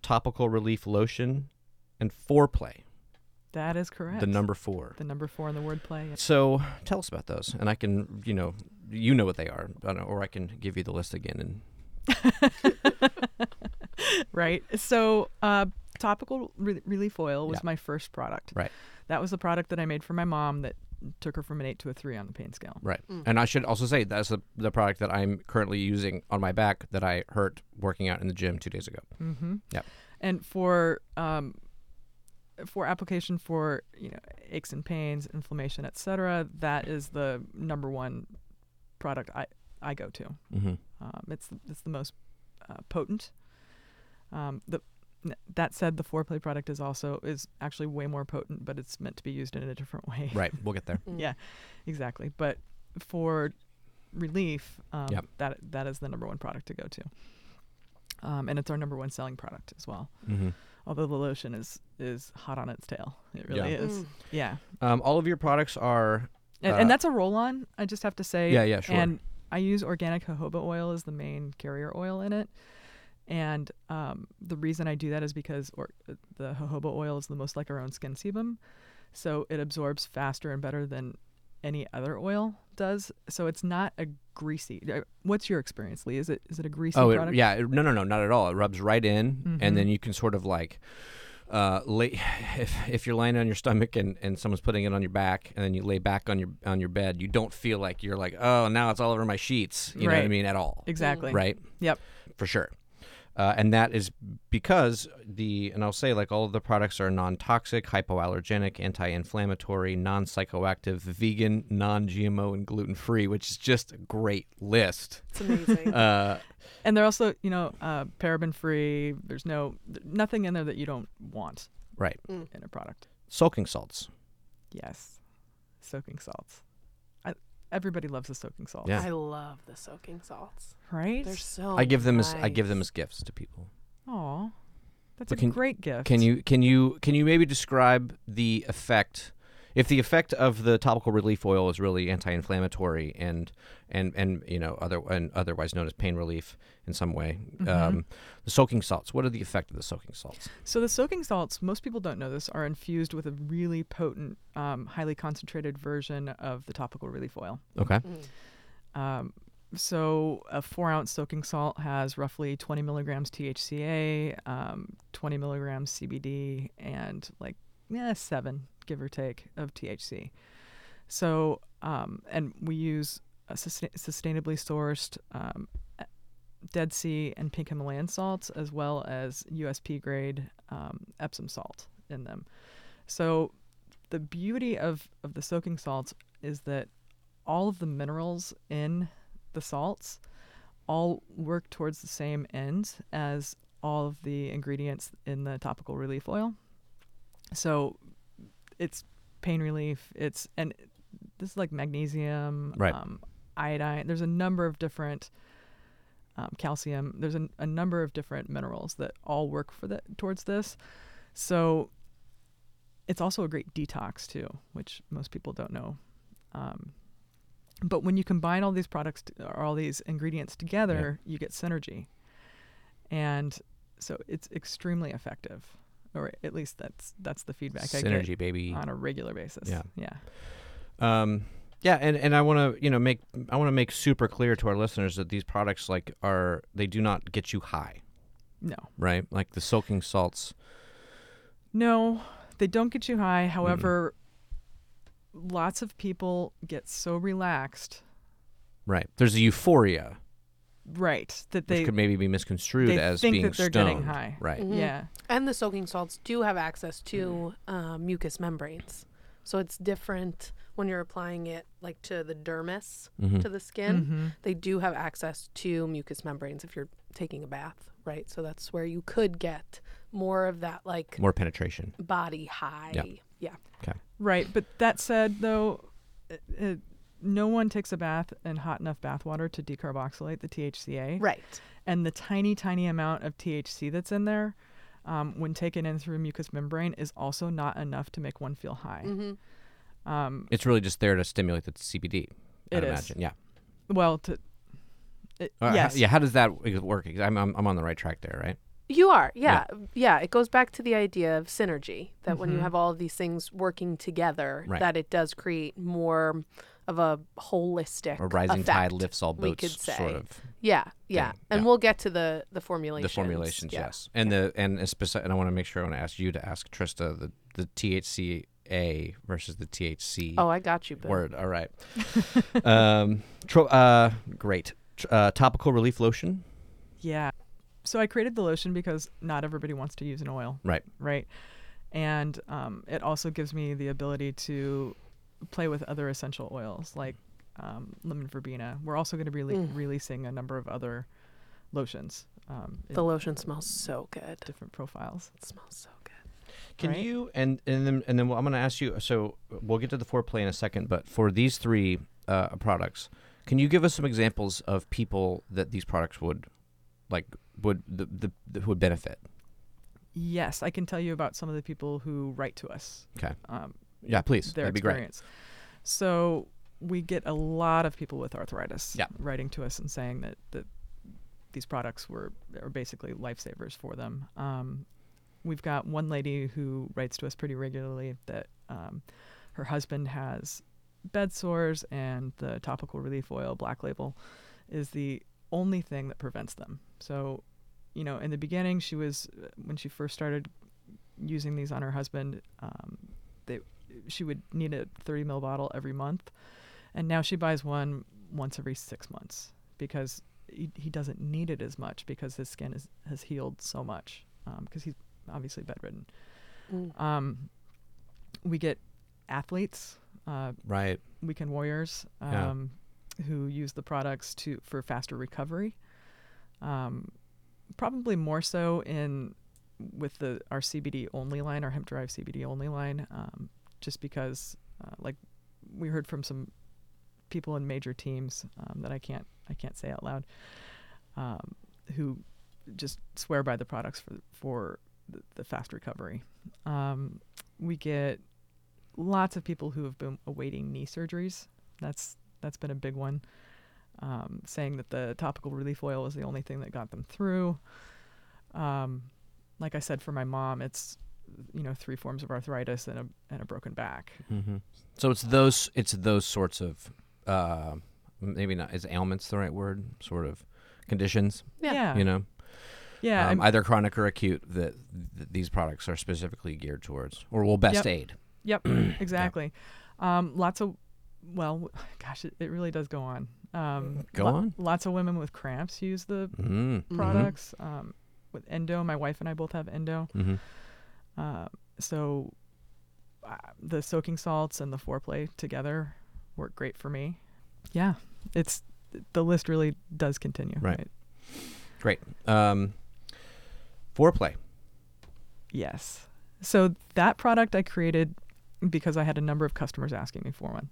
topical relief lotion, and foreplay.
That is correct.
The number four.
The number four in the wordplay. yes.
So tell us about those, and I can, you know, you know what they are, I don't know, or I can give you the list again. And
right. So, uh, topical re- relief oil was
Yeah.
my first product.
Right.
That was the product that I made for my mom that took her from an eight to a three on the pain scale.
right, and I should also say that's the the product that I'm currently using on my back that I hurt working out in the gym two days ago.
Mm-hmm.
Yep.
And for um, for application for you know aches and pains, inflammation, etc. That is the number one product I I go to.
Mm-hmm.
Um, it's the- it's the most uh, potent. Um, the n- that said, the foreplay product is also is actually way more potent, but it's meant to be used in a different way.
Right, we'll get there.
Mm.
Exactly. But for relief, um,
Yep.
that that is the number one product to go to. Um, and it's our number one selling product as well.
Mm-hmm.
Although the lotion is is hot on its tail. It really
Yeah.
Mm.
is. Yeah.
Um, all of your products are
And,
Uh,
and that's a roll on, I just have to say.
Yeah, yeah, sure.
And I use organic jojoba oil as the main carrier oil in it. And um, the reason I do that is because or, the jojoba oil is the most like our own skin sebum. So it absorbs faster and better than any other oil does. So it's not a greasy. uh, What's your experience, Lee? Is it is it a greasy
oh
product?
it, yeah it- no no no not at all it rubs right in
Mhm.
and then you can sort of like uh lay if if you're laying on your stomach and and someone's putting it on your back and then you lay back on your on your bed you don't feel like you're like oh now it's all over my sheets you know what i
Right.
mean at all
Exactly.
right
Yep.
for sure uh, and that is because the and i'll say like all of the products are non-toxic hypoallergenic anti-inflammatory non-psychoactive vegan non-gmo and gluten-free which is just a great list
It's amazing.
uh,
And they're also, you know, uh, paraben free. There's no nothing in there that you don't want
right
in a product.
sulking salts
Yes, soaking salts. I, everybody loves the soaking salts,
Yeah.
I love the soaking salts.
right?
They're so.
I give them
Oh, nice.
as I give them as gifts to people.
Aw, that's
But
a
can-
great gift.
Can you can you can you maybe describe the effect if the effect of the topical relief oil is really anti-inflammatory and and and you know other and otherwise known as pain relief in some way.
Mm-hmm.
Um, the soaking salts. What are the effect of the soaking salts?
So the soaking salts, most people don't know this, are infused with a really potent, um, highly concentrated version of the topical relief oil.
Okay.
Mm.
Um, so a four ounce soaking salt has roughly 20 milligrams THCA, um, 20 milligrams CBD, and like yeah, seven give or take of THC. So um, and we use a sustain- sustainably sourced um, a- Dead Sea and pink Himalayan salts as well as USP grade um, Epsom salt in them. So the beauty of, of the soaking salts is that all of the minerals in the salts all work towards the same end as all of the ingredients in the topical relief oil. So it's pain relief, it's and this is like magnesium,
Right.
um, iodine. There's a number of different um, calcium. There's a, a number of different minerals that all work for the towards this. So it's also a great detox too, which most people don't know. Um, but when you combine all these products t- or all these ingredients together, you get synergy, and so it's extremely effective, or at least that's that's the feedback I
Synergy, baby.
get on a regular basis.
Yeah.
yeah.
Um, yeah, and, and I want to you know make I want to make super clear to our listeners that these products like are they do not get you high,
No,
right? Like the soaking salts.
No, they don't get you high. However, lots of people get so relaxed,
Right. There's a euphoria.
right, that
which
they
could maybe be misconstrued
they
as
think
being
that they're
stoned.
getting high.
Right.
Mhm.
yeah,
And the soaking salts do have access to
Mm-hmm.
uh, mucous membranes, so it's different when you're applying it like to the dermis
Mhm.
to the skin.
Mhm.
They do have access to mucous membranes if you're taking a bath, right? So that's where you could get more of that like
More penetration.
body high. Yeah.
right. But that said, though, uh uh no one takes a bath in hot enough bath water to decarboxylate the THCA,
Right.
and the tiny, tiny amount of THC that's in there. Um, when taken in through mucous membrane is also not enough to make one feel high.
Mhm. Mm.
Um,
It's really just there to stimulate the CBD. I
It is.
imagine. Yeah.
well, to it,
Uh, h-
yes,
Uh, Yeah. How does that w- work? 'Cause I'm, I'm I'm on the right track there, right?
You are, yeah. yeah, It goes back to the idea of synergy that when you have all of these things working together,
Right.
that it does create more of a holistic
A rising tide
effect,
lifts all
we
boats,
could say.
sort of.
Yeah, yeah,
thing,
and
yeah.
we'll get to the the formulations.
The formulations,
yeah.
yes, and the and a speci- and I want to make sure I want to ask you to ask Trista the the THCA versus the THC
Oh, I got you. Boo.
word. All right, um, tro- uh, great Tr- uh, topical relief lotion.
Yeah. So I created the lotion because not everybody wants to use an oil.
Right.
Right. And um, it also gives me the ability to play with other essential oils like um, lemon verbena. We're also going to be rele- releasing a number of other lotions, um, in
The lotion smells so good.
different profiles.
It smells so good.
Can
Right.
you and and then and then I'm going to ask you. So we'll get to the foreplay in a second, but for these three uh, products, can you give us some examples of people that these products would like would the, the, the who would benefit?
Yes, I can tell you about some of the people who write to us.
Okay.
Um,
Yeah, please.
their
That'd be great.
experience. So we get a lot of people with arthritis
Yeah.
writing to us and saying that, that these products were are basically lifesavers for them. Um, we've got one lady who writes to us pretty regularly that um, her husband has bed sores and the topical relief oil black label is the only thing that prevents them. So, you know, in the beginning, she was when she first started using these on her husband. Um, they, she would need a 30 ml bottle every month, and now she buys one once every six months because he, he doesn't need it as much because his skin is, has healed so much because he's obviously bedridden.
Mm.
Um, we get athletes. Uh,
Right.
weekend warriors
Yeah.
um, who use the products to for faster recovery. Um, probably more so in with the our CBD only line, our hemp derived CBD only line, um, just because uh, like we heard from some people in major teams um, that I can't I can't say out loud um, who just swear by the products for for the, the fast recovery. Um, we get lots of people who have been awaiting knee surgeries. That's that's been a big one. Um, saying that the topical relief oil was the only thing that got them through. Um, like I said, for my mom, it's you know three forms of arthritis and a and a broken back.
Mm-hmm. So it's those it's those sorts of uh, maybe not is ailments the right word sort of conditions
Yeah.
yeah,
you know
yeah,
um,
I'm-
either chronic or acute that, that these products are specifically geared towards or will best
Yep.
aid.
Yep, exactly. Um, lots of, well, gosh, it, it really does go on. Um,
Go on.
Lots of women with cramps use the
Mm.
products. Um, with endo, my wife and I both have endo.
Mm-hmm.
Uh, so uh, the soaking salts and the foreplay together work great for me. Yeah, it's the list really does continue.
Right. Um, foreplay.
Yes. So that product I created because I had a number of customers asking me for one.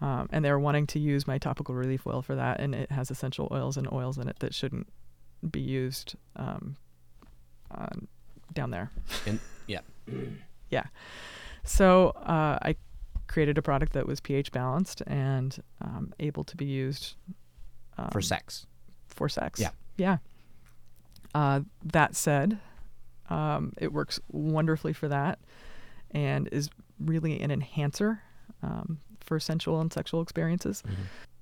Um, and they're wanting to use my topical relief oil for that. And it has essential oils and oils in it that shouldn't be used um, on, down there.
And- yeah.
yeah. So uh, I created a product that was pH balanced and um, able to be used um,
for sex.
for sex.
Yeah.
Yeah. Uh, that said, um, it works wonderfully for that and is really an enhancer um, for sensual and sexual experiences.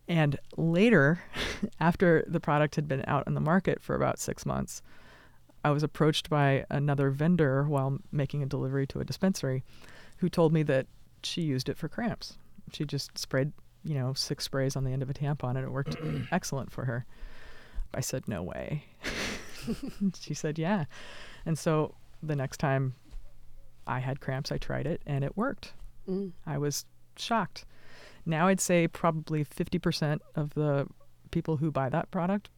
And later, after the product had been out in the market for about six months, I was approached by another vendor while making a delivery to a dispensary who told me that she used it for cramps. She just sprayed, you know, six sprays on the end of a tampon and it worked excellent for her. I said, No way. she said, Yeah. And so the next time I had cramps, I tried it and it worked.
Mm.
I was shocked. Now I'd say probably 50% of the people who buy that product.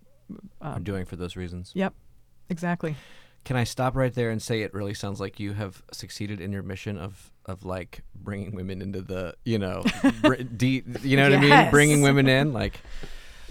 I'm
Um,
doing for those reasons.
yep, exactly.
Can I stop right there and say it really sounds like you have succeeded in your mission of of like bringing women into the you know br- de- you know what I mean
Yes.
bringing women in like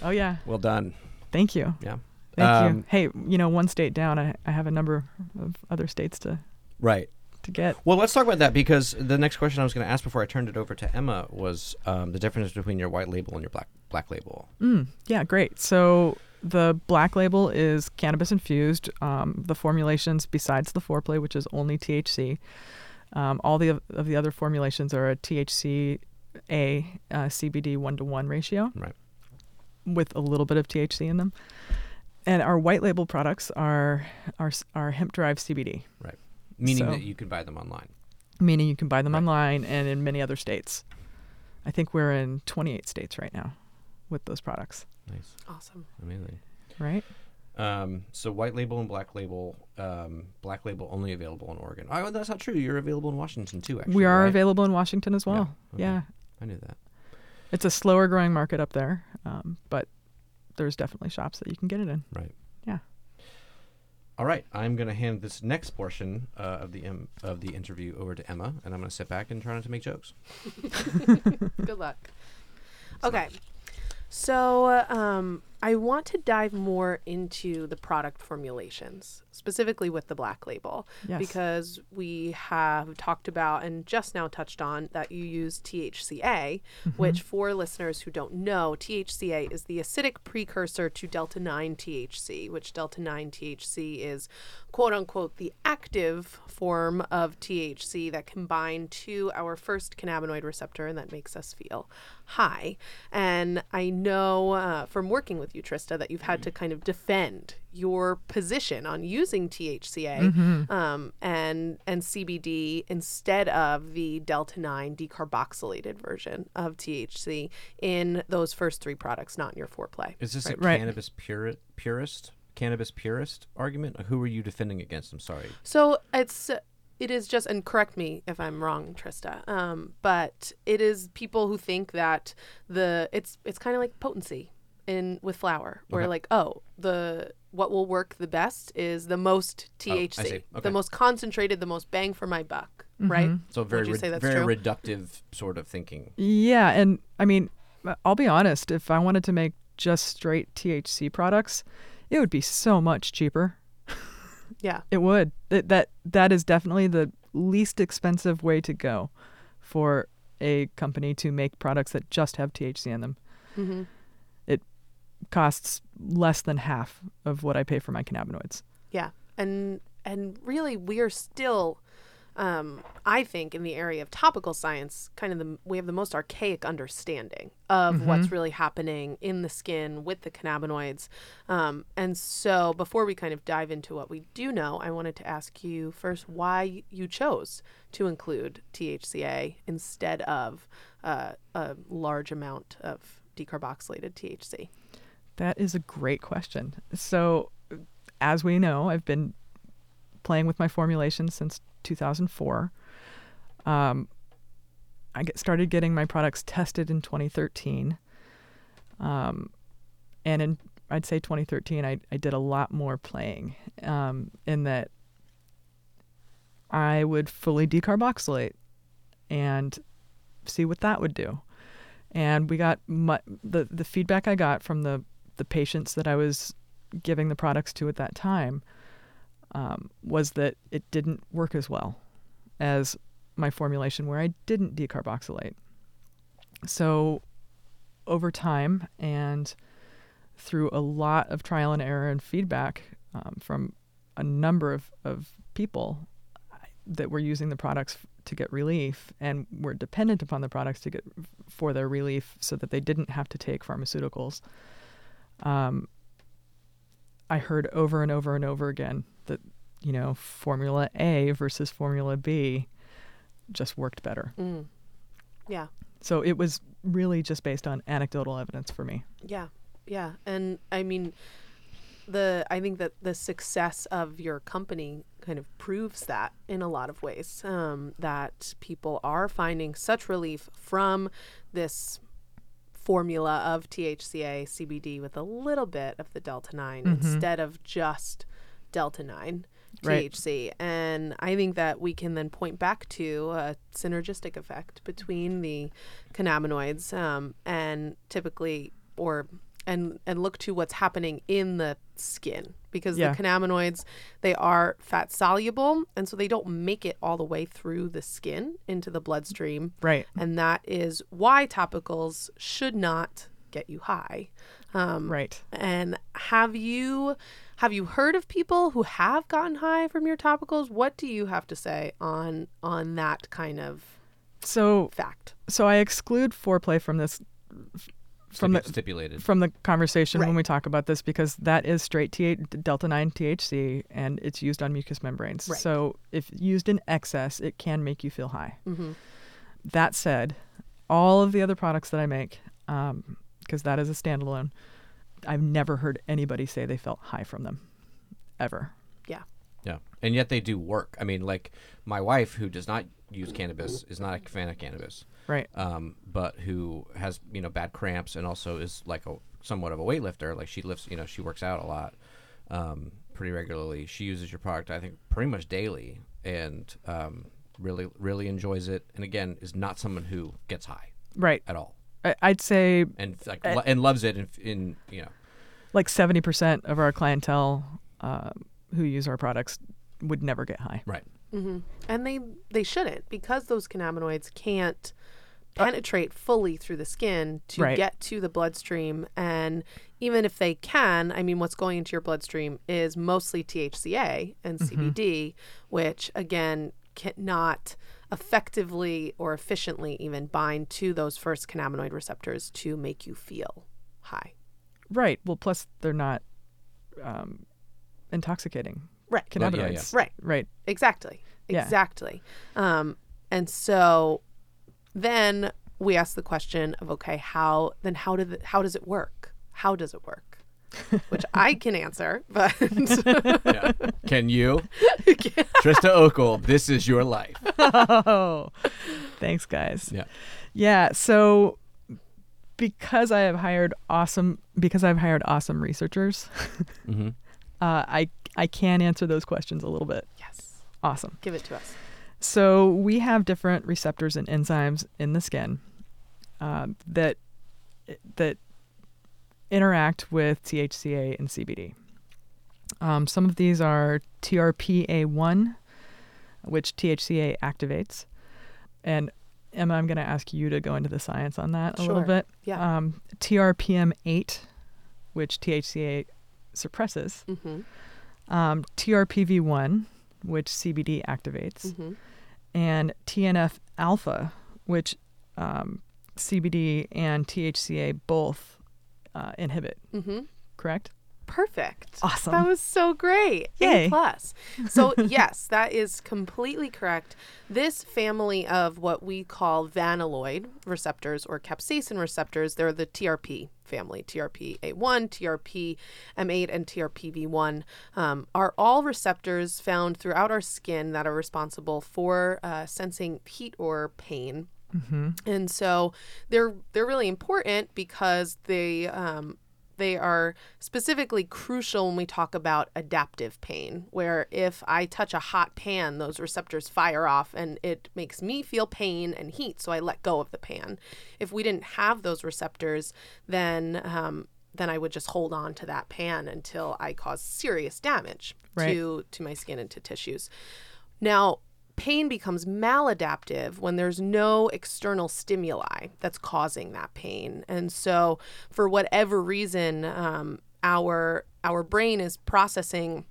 Oh, yeah.
well done
Thank you.
yeah
Thank
Um,
you. Hey, you know, one state down, I, I have a number of other states to,
right
to get.
well let's talk about that because the next question I was going to ask before I turned it over to Emma was um, the difference between your white label and your black black label
Mm, yeah, great. So the black label is cannabis infused. Um, the formulations, besides the foreplay, which is only THC, um, all the of the other formulations are a THC A uh, CBD one to one ratio,
Right.
With a little bit of THC in them, and our white label products are are are hemp derived CBD,
meaning
So-
that you can buy them online.
meaning you can buy them
Right.
online and in many other states. I think we're in 28 states right now with those products,
Nice,
Awesome.
amazing.
right?
Um, so white label and black label. Um, black label only available in Oregon. Oh, that's not true. You're available in Washington too. Actually,
we are
right?
available in Washington as
Yeah.
well.
Okay.
yeah.
I knew that.
it's a slower growing market up there, um, but there's definitely shops that you can get it in.
All right, I'm going to hand this next portion uh, of the em- of the interview over to Emma, and I'm going to sit back and try not to make jokes.
Good luck. Okay. So um, I want to dive more into the product formulations, specifically with the black label,
Yes.
because we have talked about and just now touched on that you use THCA, which for listeners who don't know, THCA is the acidic precursor to delta 9 THC, which delta 9 THC is quote unquote the active form of THC that can bind to our first cannabinoid receptor and that makes us feel high. And I know uh, from working with you, Trista, that you've had to kind of defend your position on using THCA um, and and CBD instead of the delta nine decarboxylated version of THC in those first three products, not in your foreplay.
Is this a
Right.
cannabis puri- purist cannabis purist argument? Who are you defending against? I'm sorry.
So it's it is just and correct me if I'm wrong, Trista. Um, but it is people who think that the it's it's kind of like potency in with flour, where
Okay.
like oh the what will work the best is the most
Oh, I see.
THC,
Okay.
the most concentrated, the most bang for my buck, right?
So very
you
red-
say that's
very
true?
reductive sort of thinking.
yeah, and I mean, uh, I'll be honest. If I wanted to make just straight THC products, it would be so much cheaper.
Yeah.
It would. That that that is definitely the least expensive way to go for a company to make products that just have THC in them.
Mm-hmm.
Costs less than half of what I pay for my cannabinoids.
Yeah, and and really, we are still, um, I think, in the area of topical science, kind of the we have the most archaic understanding of what's really happening in the skin with the cannabinoids. Um, and so, before we kind of dive into what we do know, I wanted to ask you first why you chose to include THCA instead of uh, a large amount of decarboxylated THC.
That is a great question. So, as we know, I've been playing with my formulation since 2004. Um, I get started getting my products tested in 2013. Um, and in, I'd say 2013, I, I did a lot more playing um, in that I would fully decarboxylate and see what that would do. And we got mu- the the feedback I got from the the patients that I was giving the products to at that time um, was that it didn't work as well as my formulation where I didn't decarboxylate. So over time and through a lot of trial and error and feedback um, from a number of, of people that were using the products f- to get relief and were dependent upon the products to get for their relief so that they didn't have to take pharmaceuticals. Um, I heard over and over and over again that, you know, formula A versus formula B just worked better.
Mm. Yeah.
So it was really just based on anecdotal evidence for me.
Yeah, yeah, and I mean, the I think that the success of your company kind of proves that in a lot of ways um, that people are finding such relief from this formula of THCA CBD with a little bit of the delta 9 instead of just delta nine.
Right.
THC. And I think that we can then point back to a synergistic effect between the cannabinoids um, and typically, or and and look to what's happening in the skin because
Yeah.
the cannabinoids they are fat soluble and so they don't make it all the way through the skin into the bloodstream
Right.
and that is why topicals should not get you high. Um,
Right.
And have you have you heard of people who have gotten high from your topicals? What do you have to say on on that kind of
So
fact?
so I exclude foreplay from this from the
Stipu- stipulated.
from the conversation when
Right.
we talk about this because that is straight TH, delta 9 THC and it's used on mucous membranes.
Right.
So if used in excess, it can make you feel high.
hmm
That said, all of the other products that I make, because that is a standalone, I've never heard anybody say they felt high from them, ever.
Yeah, and yet they do work. I mean, like my wife, who does not use cannabis, is not a fan of cannabis,
Right.
um, but who has you know bad cramps and also is like a somewhat of a weightlifter. Like she lifts, you know, she works out a lot, um, pretty regularly. She uses your product, I think, pretty much daily, and um, really, really enjoys it. And again, is not someone who gets high
Right.
at all,
I- I'd say
and like
Eh.
lo- and loves it. And f- in you know,
like 70% of our clientele uh, who use our products would never get high.
right?
hmm And they they shouldn't because those cannabinoids can't penetrate fully through the skin to
Right.
get to the bloodstream. And even if they can, I mean, what's going into your bloodstream is mostly THCA and CBD, which again cannot effectively or efficiently even bind to those first cannabinoid receptors to make you feel high.
Right. Well, plus they're not um, intoxicating.
Right.
Well, yeah,
Cannabinoids.
yeah.
Right.
Right.
Exactly.
Yeah.
Exactly. Um, and so then we ask the question of okay, how then how did it, how does it work? How does it work? Which I can answer, but
Yeah. Can you, Trista Okel? This is your life.
Oh, thanks, guys.
Yeah.
Yeah. So because I have hired awesome, because I've hired awesome researchers,
Mm-hmm.
uh, I I can answer those questions a little bit.
yes,
Awesome.
give it to us.
So we have different receptors and enzymes in the skin um, that that interact with THCA and CBD. Um, some of these are TRPA1, which THCA activates, and Emma, I'm going to ask you to go into the science on that a little
Sure.
bit.
Yeah.
Um, TRPM8, which THCA suppresses,
Mm-hmm.
um, TRPV1, which CBD activates
Mm-hmm.
and TNF alpha, which um, CBD and THCA both uh, inhibit,
Mm-hmm.
correct?
Perfect.
Awesome.
That was so great.
Yay.
A plus. So yes, that is completely correct. This family of what we call vanilloid receptors or capsaicin receptors, they're the TRP family. TRPA1, TRPM8, and TRPV1 um, are all receptors found throughout our skin that are responsible for uh, sensing heat or pain. And so they're they're really important because they um, they are specifically crucial when we talk about adaptive pain, where if I touch a hot pan, those receptors fire off and it makes me feel pain and heat, so I let go of the pan. If we didn't have those receptors, then um, then I would just hold on to that pan until I cause serious damage
Right.
to to my skin and to tissues. Now, pain becomes maladaptive when there's no external stimuli that's causing that pain. And so, for whatever reason, um, our our brain is processing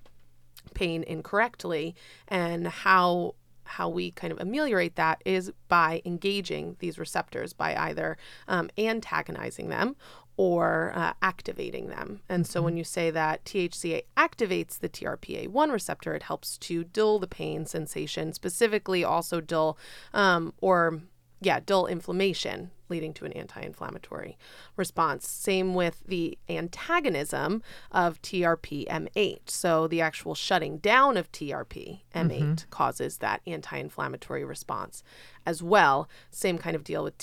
pain incorrectly, and how how we kind of ameliorate that is by engaging these receptors by either um, antagonizing them or uh, activating them. And so when you say that THCA activates the TRPA1 receptor, it helps to dull the pain sensation, specifically also dull um, or, yeah, dull inflammation, leading to an anti inflammatory response. Same with the antagonism of TRPM8. So the actual shutting down of TRPM8 causes that anti inflammatory response as well. Same kind of deal with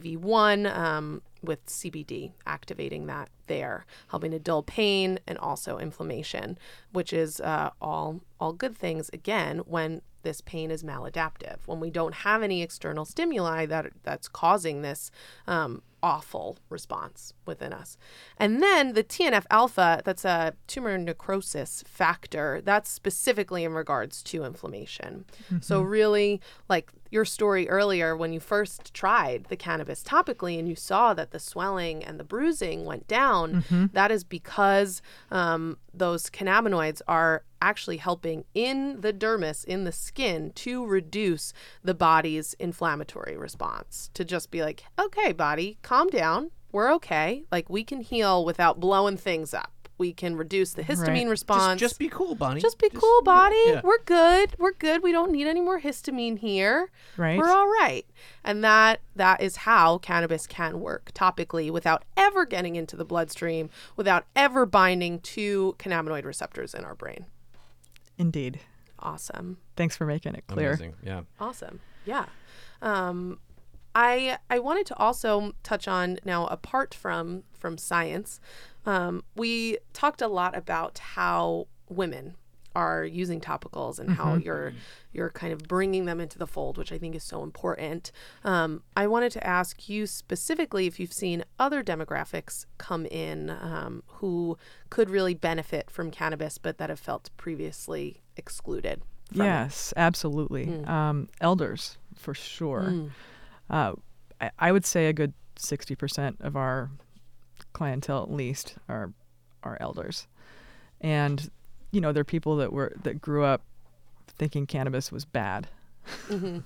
TRPV1. Um, with CBD activating that there, helping to dull pain and also inflammation, which is uh, all all good things again when this pain is maladaptive, when we don't have any external stimuli that that's causing this um, awful response within us. And then the TNF alpha, that's a tumor necrosis factor, that's specifically in regards to inflammation. So, really, like your story earlier, when you first tried the cannabis topically and you saw that the swelling and the bruising went down,
Mm-hmm.
that is because um, those cannabinoids are actually helping in the dermis, in the skin, to reduce the body's inflammatory response. To just be like, okay, body, calm down. We're okay. Like, we can heal without blowing things up. We can reduce the histamine
Right. Just-
response.
Just, just be cool, Bonnie.
Just be cool, body.
yeah.
We're good. We're good. We don't need any more histamine here.
Right.
We're all right. And that that is how cannabis can work topically without ever getting into the bloodstream, without ever binding to cannabinoid receptors in our brain.
Indeed.
Awesome.
Thanks for making it clear.
Amazing. Yeah.
Awesome. Yeah. Um, I I wanted to also touch on now apart from from science, um, we talked a lot about how women are using topicals and how you're you're kind of bringing them into the fold, which I think is so important. Um, I wanted to ask you specifically if you've seen other demographics come in um, who could really benefit from cannabis, but that have felt previously excluded. From it. Mm.
Yes, absolutely. Um, elders, for sure. Uh, I, I would say a good 60% of our clientele, at least, are are elders, and you know they're people that were that grew up thinking cannabis was bad,
Mm-hmm.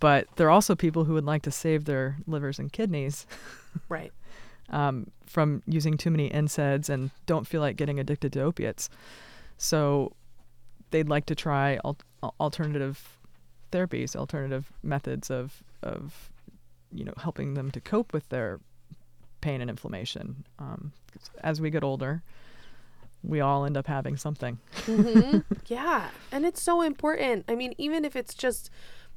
but they're also people who would like to save their livers and kidneys
Right.
um, from using too many NSAIDs and don't feel like getting addicted to opiates. So they'd like to try al- al- alternative therapies, alternative methods of, of, you know, helping them to cope with their pain and inflammation. Um, 'cause as we get older, we all end up having something.
Yeah, and it's so important. I mean, even if it's just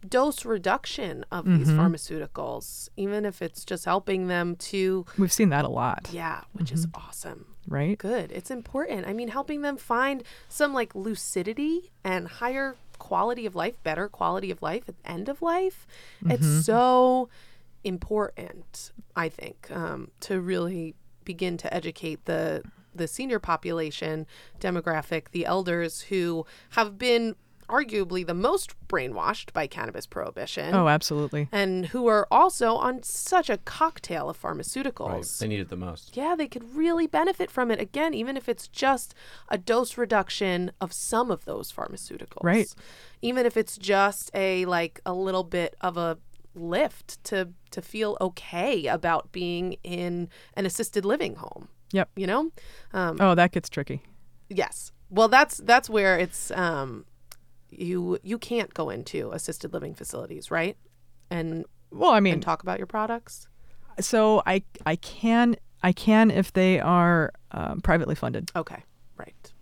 dose reduction of these pharmaceuticals, even if it's just helping them to,
We've seen that a lot,
yeah, which is awesome.
right?
Good. It's important. I mean, helping them find some like lucidity and higher quality of life, better quality of life at the end of life.
Mm-hmm.
It's so important, I think, um, to really begin to educate the the senior population demographic, the elders who have been arguably the most brainwashed by cannabis prohibition.
Oh, absolutely.
And who are also on such a cocktail of
Right.
pharmaceuticals
They need it the most.
yeah, they could really benefit from it. Again, even if it's just a dose reduction of some of those pharmaceuticals.
Right.
Even if it's just a like a little bit of a lift to to feel okay about being in an assisted living home.
Yep.
You know? Um,
Oh, that gets tricky.
yes. Well, that's that's where it's um you you can't go into assisted living facilities, right? And
Well, I mean,
and talk about your products.
so I I can I can if they are um, privately funded.
Okay. Right.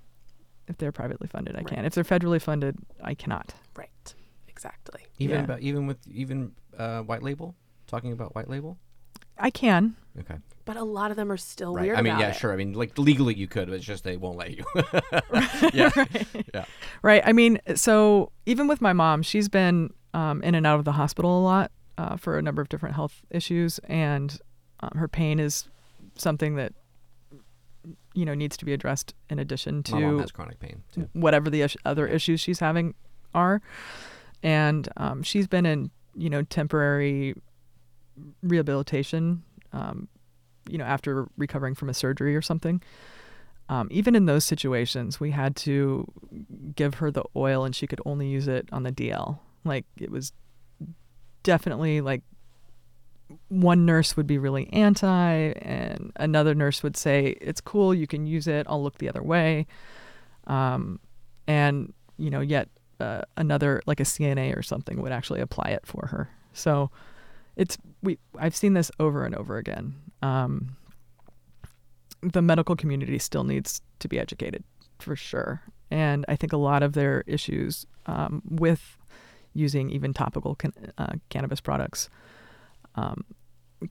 if they're privately funded, I
Right.
can. If they're federally funded, I cannot.
Right. Exactly.
Even
Yeah.
about even with even uh, white label. Talking about white label.
I can.
Okay.
But a lot of them are still
Right.
weird.
I mean,
about
yeah,
it.
sure. I mean, like legally you could, but it's just they won't let you. yeah. Yeah.
Right. I mean, so even with my mom, she's been um, in and out of the hospital a lot uh, for a number of different health issues, and um, her pain is something that you know needs to be addressed in addition to
My mom has chronic pain too.
whatever the is- other issues she's having are. And um, she's been in, you know, temporary rehabilitation, um, you know, after recovering from a surgery or something. Um, even in those situations, we had to give her the oil and she could only use it on the DL. Like, it was definitely like one nurse would be really anti, and another nurse would say, It's cool, you can use it, I'll look the other way um, and you know yet uh, another like a CNA or something would actually apply it for her. So it's we I've seen this over and over again. Um, the medical community still needs to be educated for sure, and I think a lot of their issues um, with using even topical can, uh, cannabis products um,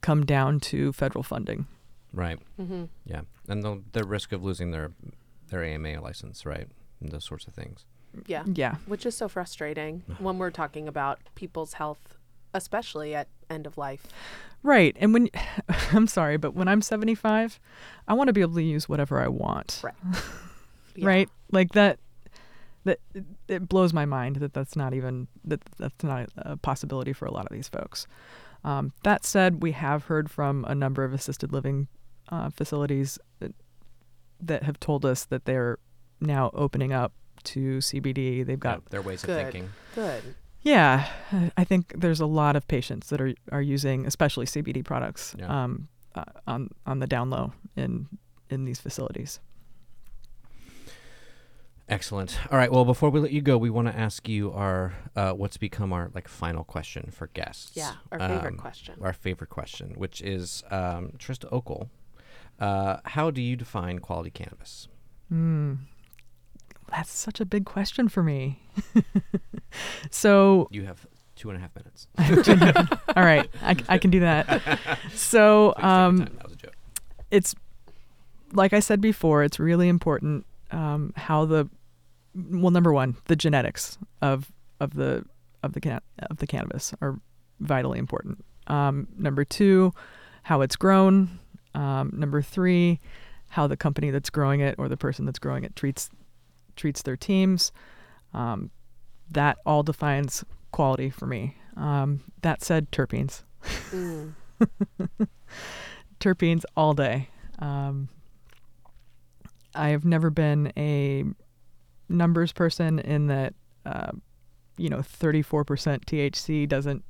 come down to federal funding.
Right.
Mm-hmm.
Yeah. And the the risk of losing their their AMA license, right? And those sorts of things.
Yeah.
Yeah,
Which is so frustrating when we're talking about people's health especially at end of life.
Right. And when I'm sorry, but when I'm 75, I want to be able to use whatever I want.
Right. Yeah.
Right? Like that that it- it blows my mind that that's not even that that's not a possibility for a lot of these folks. Um, that said, we have heard from a number of assisted living uh, facilities that, that have told us that they're now opening up to CBD. They've got
their ways
Good.
of thinking.
Good.
yeah, I- I think there's a lot of patients that are are using, especially CBD products,
Yeah.
um, uh, on on the down low in in these facilities.
Excellent. All right. Well, before we let you go, we want to ask you our uh, what's become our like final question for guests.
Yeah. Our favorite
Um,
question.
Our favorite question, which is um, Trista Okel. Uh, how do you define quality cannabis?
Mm. That's such a big question for me. so,
You have two and a half minutes.
all right, I, I can do that. So,
Please take your
um,
time. that was a joke.
it's like I said before, it's really important um, how the well, number one, the genetics of of the of the can- of the cannabis are vitally important. Um, number two, how it's grown. Um, number three, how the company that's growing it or the person that's growing it treats treats their teams. Um, that all defines quality for me. Um, that said, terpenes
Mm.
terpenes all day. Um, I have never been a numbers person in that, uh, you know, 34% THC doesn't.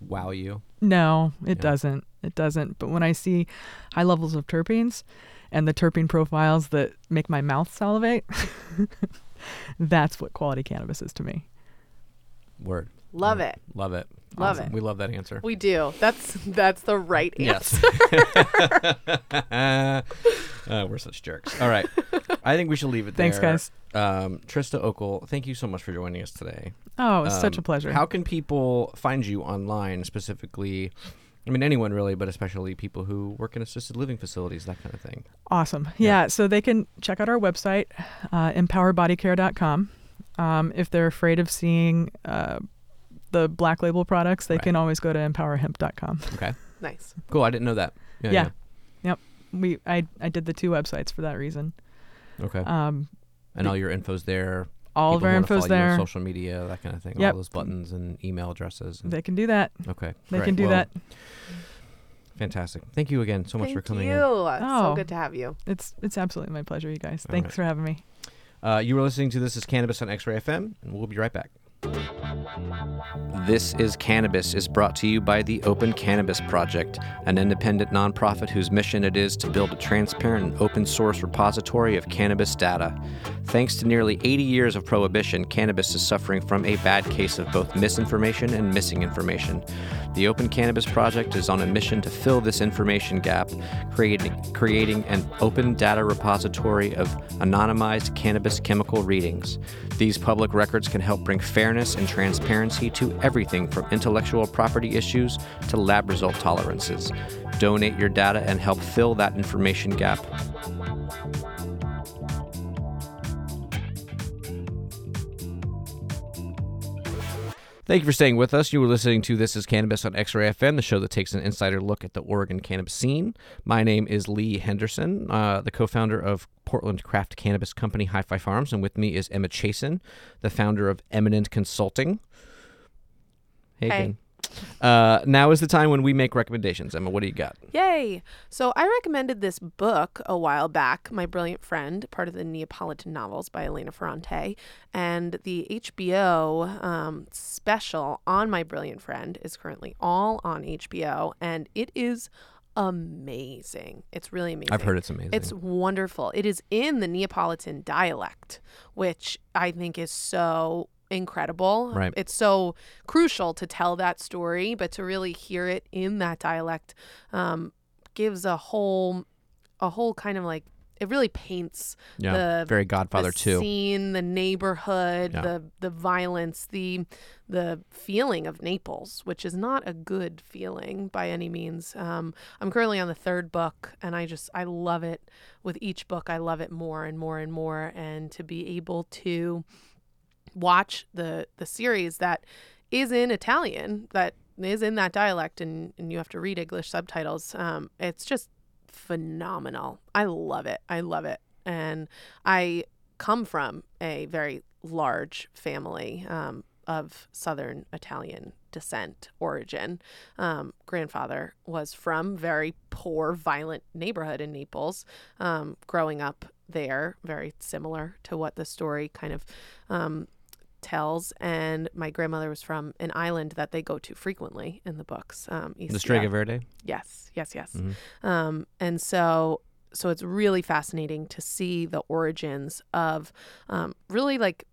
Wow, you.
No, it
Yeah.
doesn't. It doesn't. But when I see high levels of terpenes and the terpene profiles that make my mouth salivate, that's what quality cannabis is to me.
Word.
Love
Yeah.
it.
Love it.
Love
Awesome.
it.
We love that answer.
We do. That's that's the right answer.
Yes. uh, we're such jerks. All right. I think we should leave it there.
Thanks, guys.
Um, Trista Okel, thank you so much for joining us today.
Oh, it's such
Um,
a pleasure.
How can people find you online specifically? I mean, anyone really, but especially people who work in assisted living facilities, that kind of thing.
Awesome.
Yeah.
Yeah. So they can check out our website, uh, empowerbodycare.com. Um, if they're afraid of seeing uh, the black label products, they
Right.
can always go to empowerhemp.com.
Nice.
Cool. I didn't know that.
Yeah. We I, I did the two websites for that reason.
Okay.
Um,
and all your info's there.
all
people
of our
wanna follow
info's
you on
there.
social media, that kind of thing.
Yep.
All those buttons and email addresses. and-
They can do that.
okay.
They
great.
can do
Well,
that.
Fantastic. Thank you again so much
Thank
for coming
you.
in.
So
Oh.
good to have you.
It's it's absolutely my pleasure, you guys.
All
Thanks
right.
for having me.
Uh, you were listening to This is Cannabis on X Ray FM, and we'll be right back. This is Cannabis is brought to you by the Open Cannabis Project, an independent nonprofit whose mission it is to build a transparent and open source repository of cannabis data. Thanks to nearly 80 years of prohibition, cannabis is suffering from a bad case of both misinformation and missing information. The Open Cannabis Project is on a mission to fill this information gap, creating, creating an open data repository of anonymized cannabis chemical readings. These public records can help bring fairness and transparency to everything from intellectual property issues to lab result tolerances. Donate your data and help fill that information gap. Thank you for staying with us. You were listening to This is Cannabis on X Ray FM, the show that takes an insider look at the Oregon cannabis scene. My name is Lee Henderson, uh, the co founder of Portland craft cannabis company Hi Fi Farms, and with me is Emma Chasin, the founder of Eminent Consulting. Hey,
Hey.
again. Uh, now is the time when we make recommendations. Emma, what do you got?
Yay! So I recommended this book a while back, My Brilliant Friend, part of the Neapolitan novels by Elena Ferrante. And the HBO um, special on My Brilliant Friend is currently all on HBO, and it is amazing. It's really amazing.
I've heard it's amazing.
It's wonderful. It is in the Neapolitan dialect, which I think is so incredible.
Right.
It's so crucial to tell that story, but to really hear it in that dialect um, gives a whole, a whole kind of like it really paints
yeah,
the-
very Godfather
the
too.
scene, the neighborhood,
Yeah.
the the violence, the the feeling of Naples, which is not a good feeling by any means. Um, I'm currently on the third book, and I just I love it. With each book, I love it more and more and more, and to be able to watch the the series that is in Italian that is in that dialect, and, and you have to read English subtitles. Um, it's just phenomenal. I love it. I love it. And I come from a very large family um, of Southern Italian descent origin. Um, grandfather was from very poor, violent neighborhood in Naples. Um, growing up there, very similar to what the story kind of um, tells. And my grandmother was from an island that they go to frequently in the books. Um, East
The Strega
Europe.
Verde.
Yes, yes, yes.
Mhm.
Um, and so, so it's really fascinating to see the origins of um, really like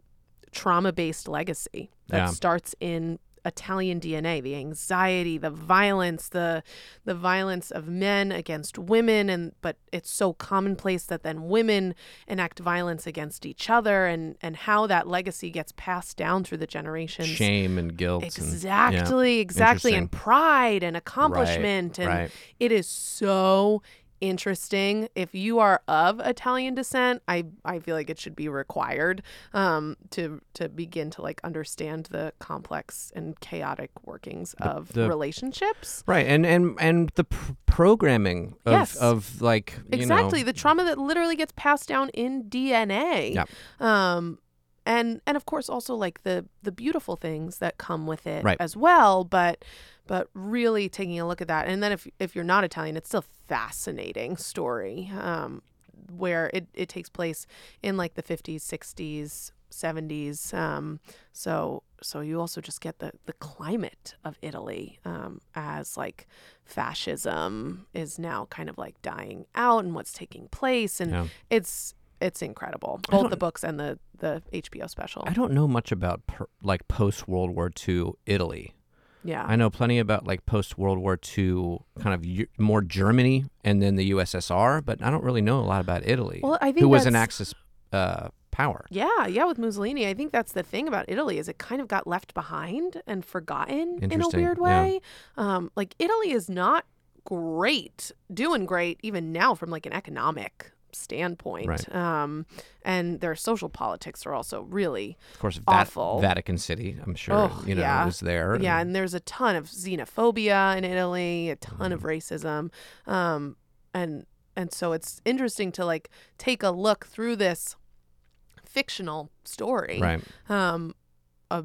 trauma-based legacy that
Yeah.
starts in Italian DNA, the anxiety, the violence, the the violence of men against women, and but it's so commonplace that then women enact violence against each other, and and how that legacy gets passed down through the generations.
Shame and guilt. And,
Exactly, exactly. And pride and accomplishment.
yeah,
and
right.
it is so interesting. If you are of Italian descent, I, I feel like it should be required um, to to begin to like understand the complex and chaotic workings of
the-
relationships.
Right. And and and the pr- programming of
Yes.
of like you know-
Exactly. The trauma that literally gets passed down in DNA.
Yep.
Um and and of course also like the the beautiful things that come with it
Right.
as well, but but really taking a look at that. And then if if you're not Italian, it's still a fascinating story. Um where it, it takes place in like the 50s, 60s, 70s. Um, so so you also just get the the climate of Italy um, as like fascism is now kind of like dying out and what's taking place and
Yeah.
it's it's incredible
I
both
don't-
the books and the the HBO special.
I don't know much about per, like post World War II Italy.
yeah.
I know plenty about like post World War II kind of Eu- more Germany and then the USSR, but I don't really know a lot about Italy,
well, I think
who was an
that's-
Axis uh, power.
Yeah, yeah, with Mussolini, I think that's the thing about Italy is it kind of got left behind and forgotten in a
Interesting,
weird
yeah.
way. Um, like Italy is not great, doing great even now from like an economic standpoint.
Right.
Um, and their social politics are also really
Of course, Vat-
Awful.
Vatican City. I'm sure
Oh,
you know
yeah.
was there.
yeah,
and-
and there's a ton of xenophobia in Italy, a
Mm-hmm.
ton of racism, um, and and so it's interesting to like take a look through this fictional story,
right,
um, a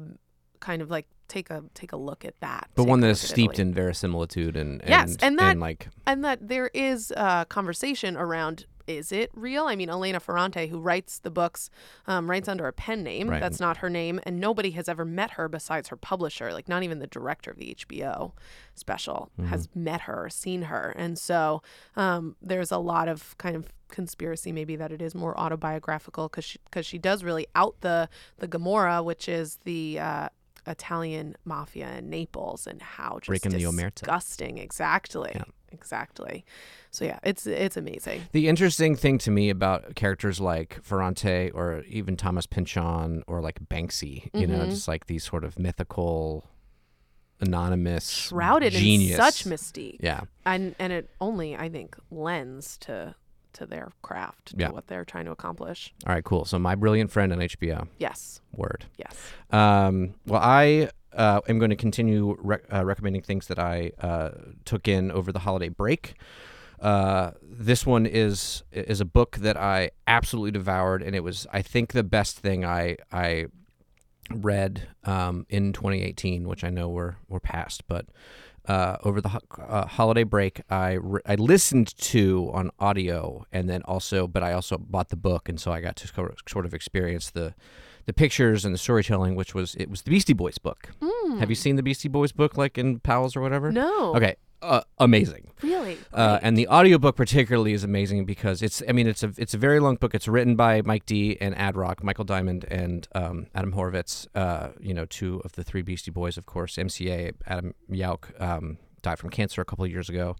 kind of like take a take a look at that.
but
take
one
a
that
look
is
at
steeped
Italy.
in verisimilitude and, and
Yes, and that-
like
and that there is a conversation around is it real? I mean, Elena Ferrante, who writes the books, um, writes under a pen name.
Right.
That's not her name, and nobody has ever met her besides her publisher. Like, not even the director of the HBO special has met her, or seen her, and so um, there's a lot of kind of conspiracy, maybe that it is more autobiographical because she because she does really out the the Gomorrah, which is the uh, Italian mafia in Naples, and how just
Breaking the omerta.
disgusting. Exactly. Exactly. So yeah, it's it's amazing.
The interesting thing to me about characters like Ferrante or even Thomas Pynchon or like Banksy, you
Mm-hmm.
know, just like these sort of mythical, anonymous,
Shrouded
genius.
in such mystique.
Yeah,
And and it only, I think, lends to to their craft,
Yeah.
to what they're trying to accomplish.
All right, cool. So my brilliant friend on HBO.
Yes.
Word.
Yes.
Um, well, I uh, am going to continue rec- uh, recommending things that I uh, took in over the holiday break. Uh, this one is is a book that I absolutely devoured, and it was I think the best thing I I read um, in 2018, which I know we're we're past, but uh, over the ho- uh, holiday break, I re- I listened to on audio, and then also, but I also bought the book, and so I got to sort of- sort of experience the the pictures and the storytelling, which was it was the Beastie Boys book. Have you seen the Beastie Boys book, like in Powell's or whatever?
Mm. No.
Okay, uh, amazing.
Really?
Uh, and the audiobook particularly is amazing because it's I mean it's a it's a very long book. It's written by Mike D and Ad Rock, Michael Diamond and um, Adam Horvitz. Uh, you know, two of the three Beastie Boys, of course. MCA Adam Yauch um, died from cancer a couple of years ago.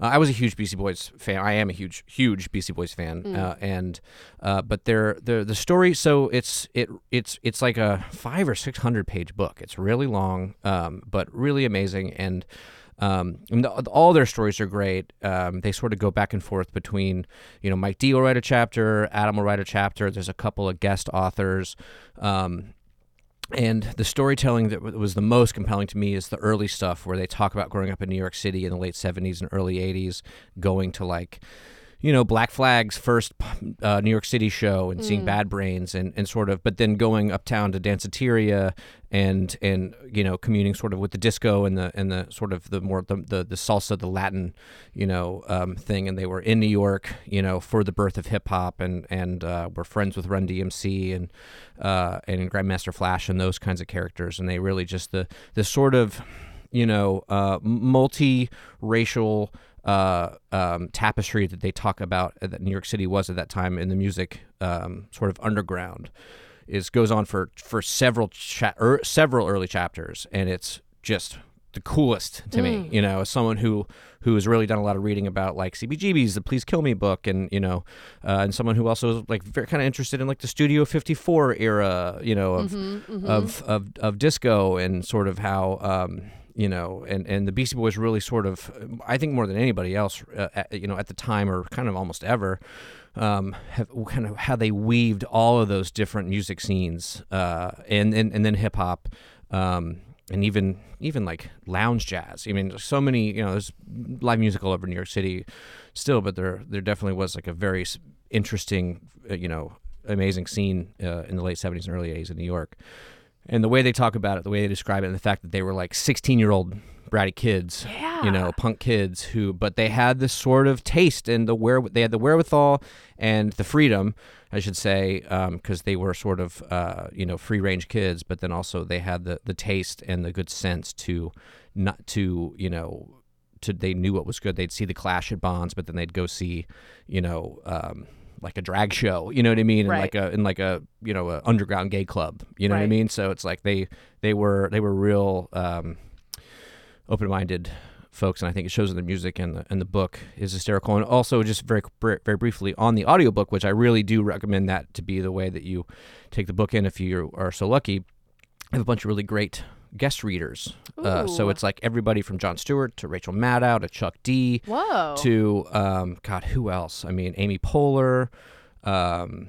Uh, I was a huge Beastie Boys fan. I am a huge huge Beastie Boys fan. Uh, and uh, but they're, they're the story. So it's it it's it's like a five or six hundred page book. It's really long, um, but really amazing and. Um, and the, all their stories are great. Um, they sort of go back and forth between, you know, Mike D will write a chapter, Adam will write a chapter. There's a couple of guest authors. Um, and the storytelling that w- was the most compelling to me is the early stuff where they talk about growing up in New York City in the late 70s and early 80s, going to like, you know, Black Flag's first uh, New York City show and seeing Bad Brains and, and sort of, but then going uptown to Danceteria and and you know communing sort of with the disco and the and the sort of the more the the, the salsa the Latin you know um, thing and they were in New York you know for the birth of hip hop and and uh, were friends with Run DMC and uh, and Grandmaster Flash and those kinds of characters and they really just the the sort of you know uh, multi-racial uh, um, tapestry that they talk about uh, that New York City was at that time in the music um, sort of underground is goes on for for several cha- er, several early chapters, and it's just the coolest to me. You know, as someone who who has really done a lot of reading about like CBGB's the Please Kill Me book, and you know, uh, and someone who also is like very kind of interested in like the Studio 54 era, you know,
Mm-hmm.
of of, of of disco and sort of how. Um, you know, and, and the Beastie Boys really sort of, I think more than anybody else, uh, at, you know, at the time or kind of almost ever, um, have, kind of how they weaved all of those different music scenes, uh, and, and and then hip hop, um, and even even like lounge jazz. I mean, there's so many you know, there's live music all over New York City, still, but there there definitely was like a very s- interesting, uh, you know, amazing scene uh, in the late '70s and early '80s in New York. And the way they talk about it, the way they describe it, and the fact that they were like 16 year old bratty kids,
mm-hmm.
you know, punk kids who, but they had this sort of taste and the where they had the wherewithal and the freedom, I should say, because they were sort of, uh, you know, free range kids, but then also they had the, the taste and the good sense to not to, you know, to, they knew what was good. They'd see the Clash at Bonds, but then they'd go see, you know, um, like a drag show. You know what I mean? And
Right.
like a in like a you know a underground gay club. You know what I
Right.
mean? So it's like they they were they were real um, open minded folks, and I think it shows in the music and the and the book is hysterical. And also just very br- very briefly on the audiobook, which I really do recommend that to be the way that you take the book in if you are so lucky. I have a bunch of really great guest readers. Uh, so
Ooh.
it's like everybody from John Stewart to Rachel Maddow to Chuck D
Whoa.
to um, God, who else? I mean, Amy Poehler, um,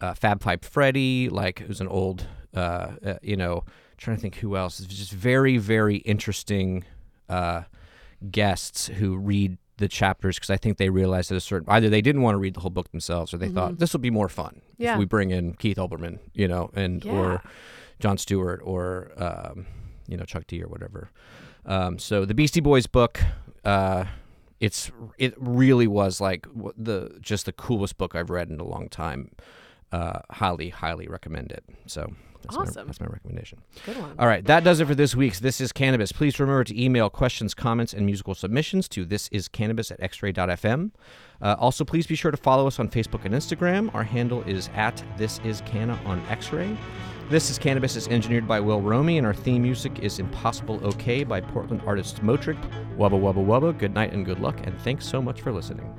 uh, Fab Five Freddy, like who's an old, uh, uh, you know, trying to think who else. It's just very, very interesting uh, guests who read the chapters because I think they realized at a certain either they didn't want to read the whole book themselves or they thought this will be more fun
Mm-hmm. Yeah.
if we bring in Keith Olbermann, you know, and
Yeah.
or John Stewart or um, you know Chuck D or whatever. Um, so the Beastie Boys book, uh, it's it really was like w- the just the coolest book I've read in a long time. Uh, highly, highly recommend it. So that's my
Awesome.
that's my recommendation.
Good one.
All right, that does it for this week's This Is Cannabis. Please remember to email questions, comments, and musical submissions to thisiscannabis at xray.fm. Uh, also, please be sure to follow us on Facebook and Instagram. Our handle is at thisiscanna on xray. This is Cannabis is engineered by Will Romey, and our theme music is Impossible OK by Portland artist Motric. Wubba wubba wubba, good night and good luck, and thanks so much for listening.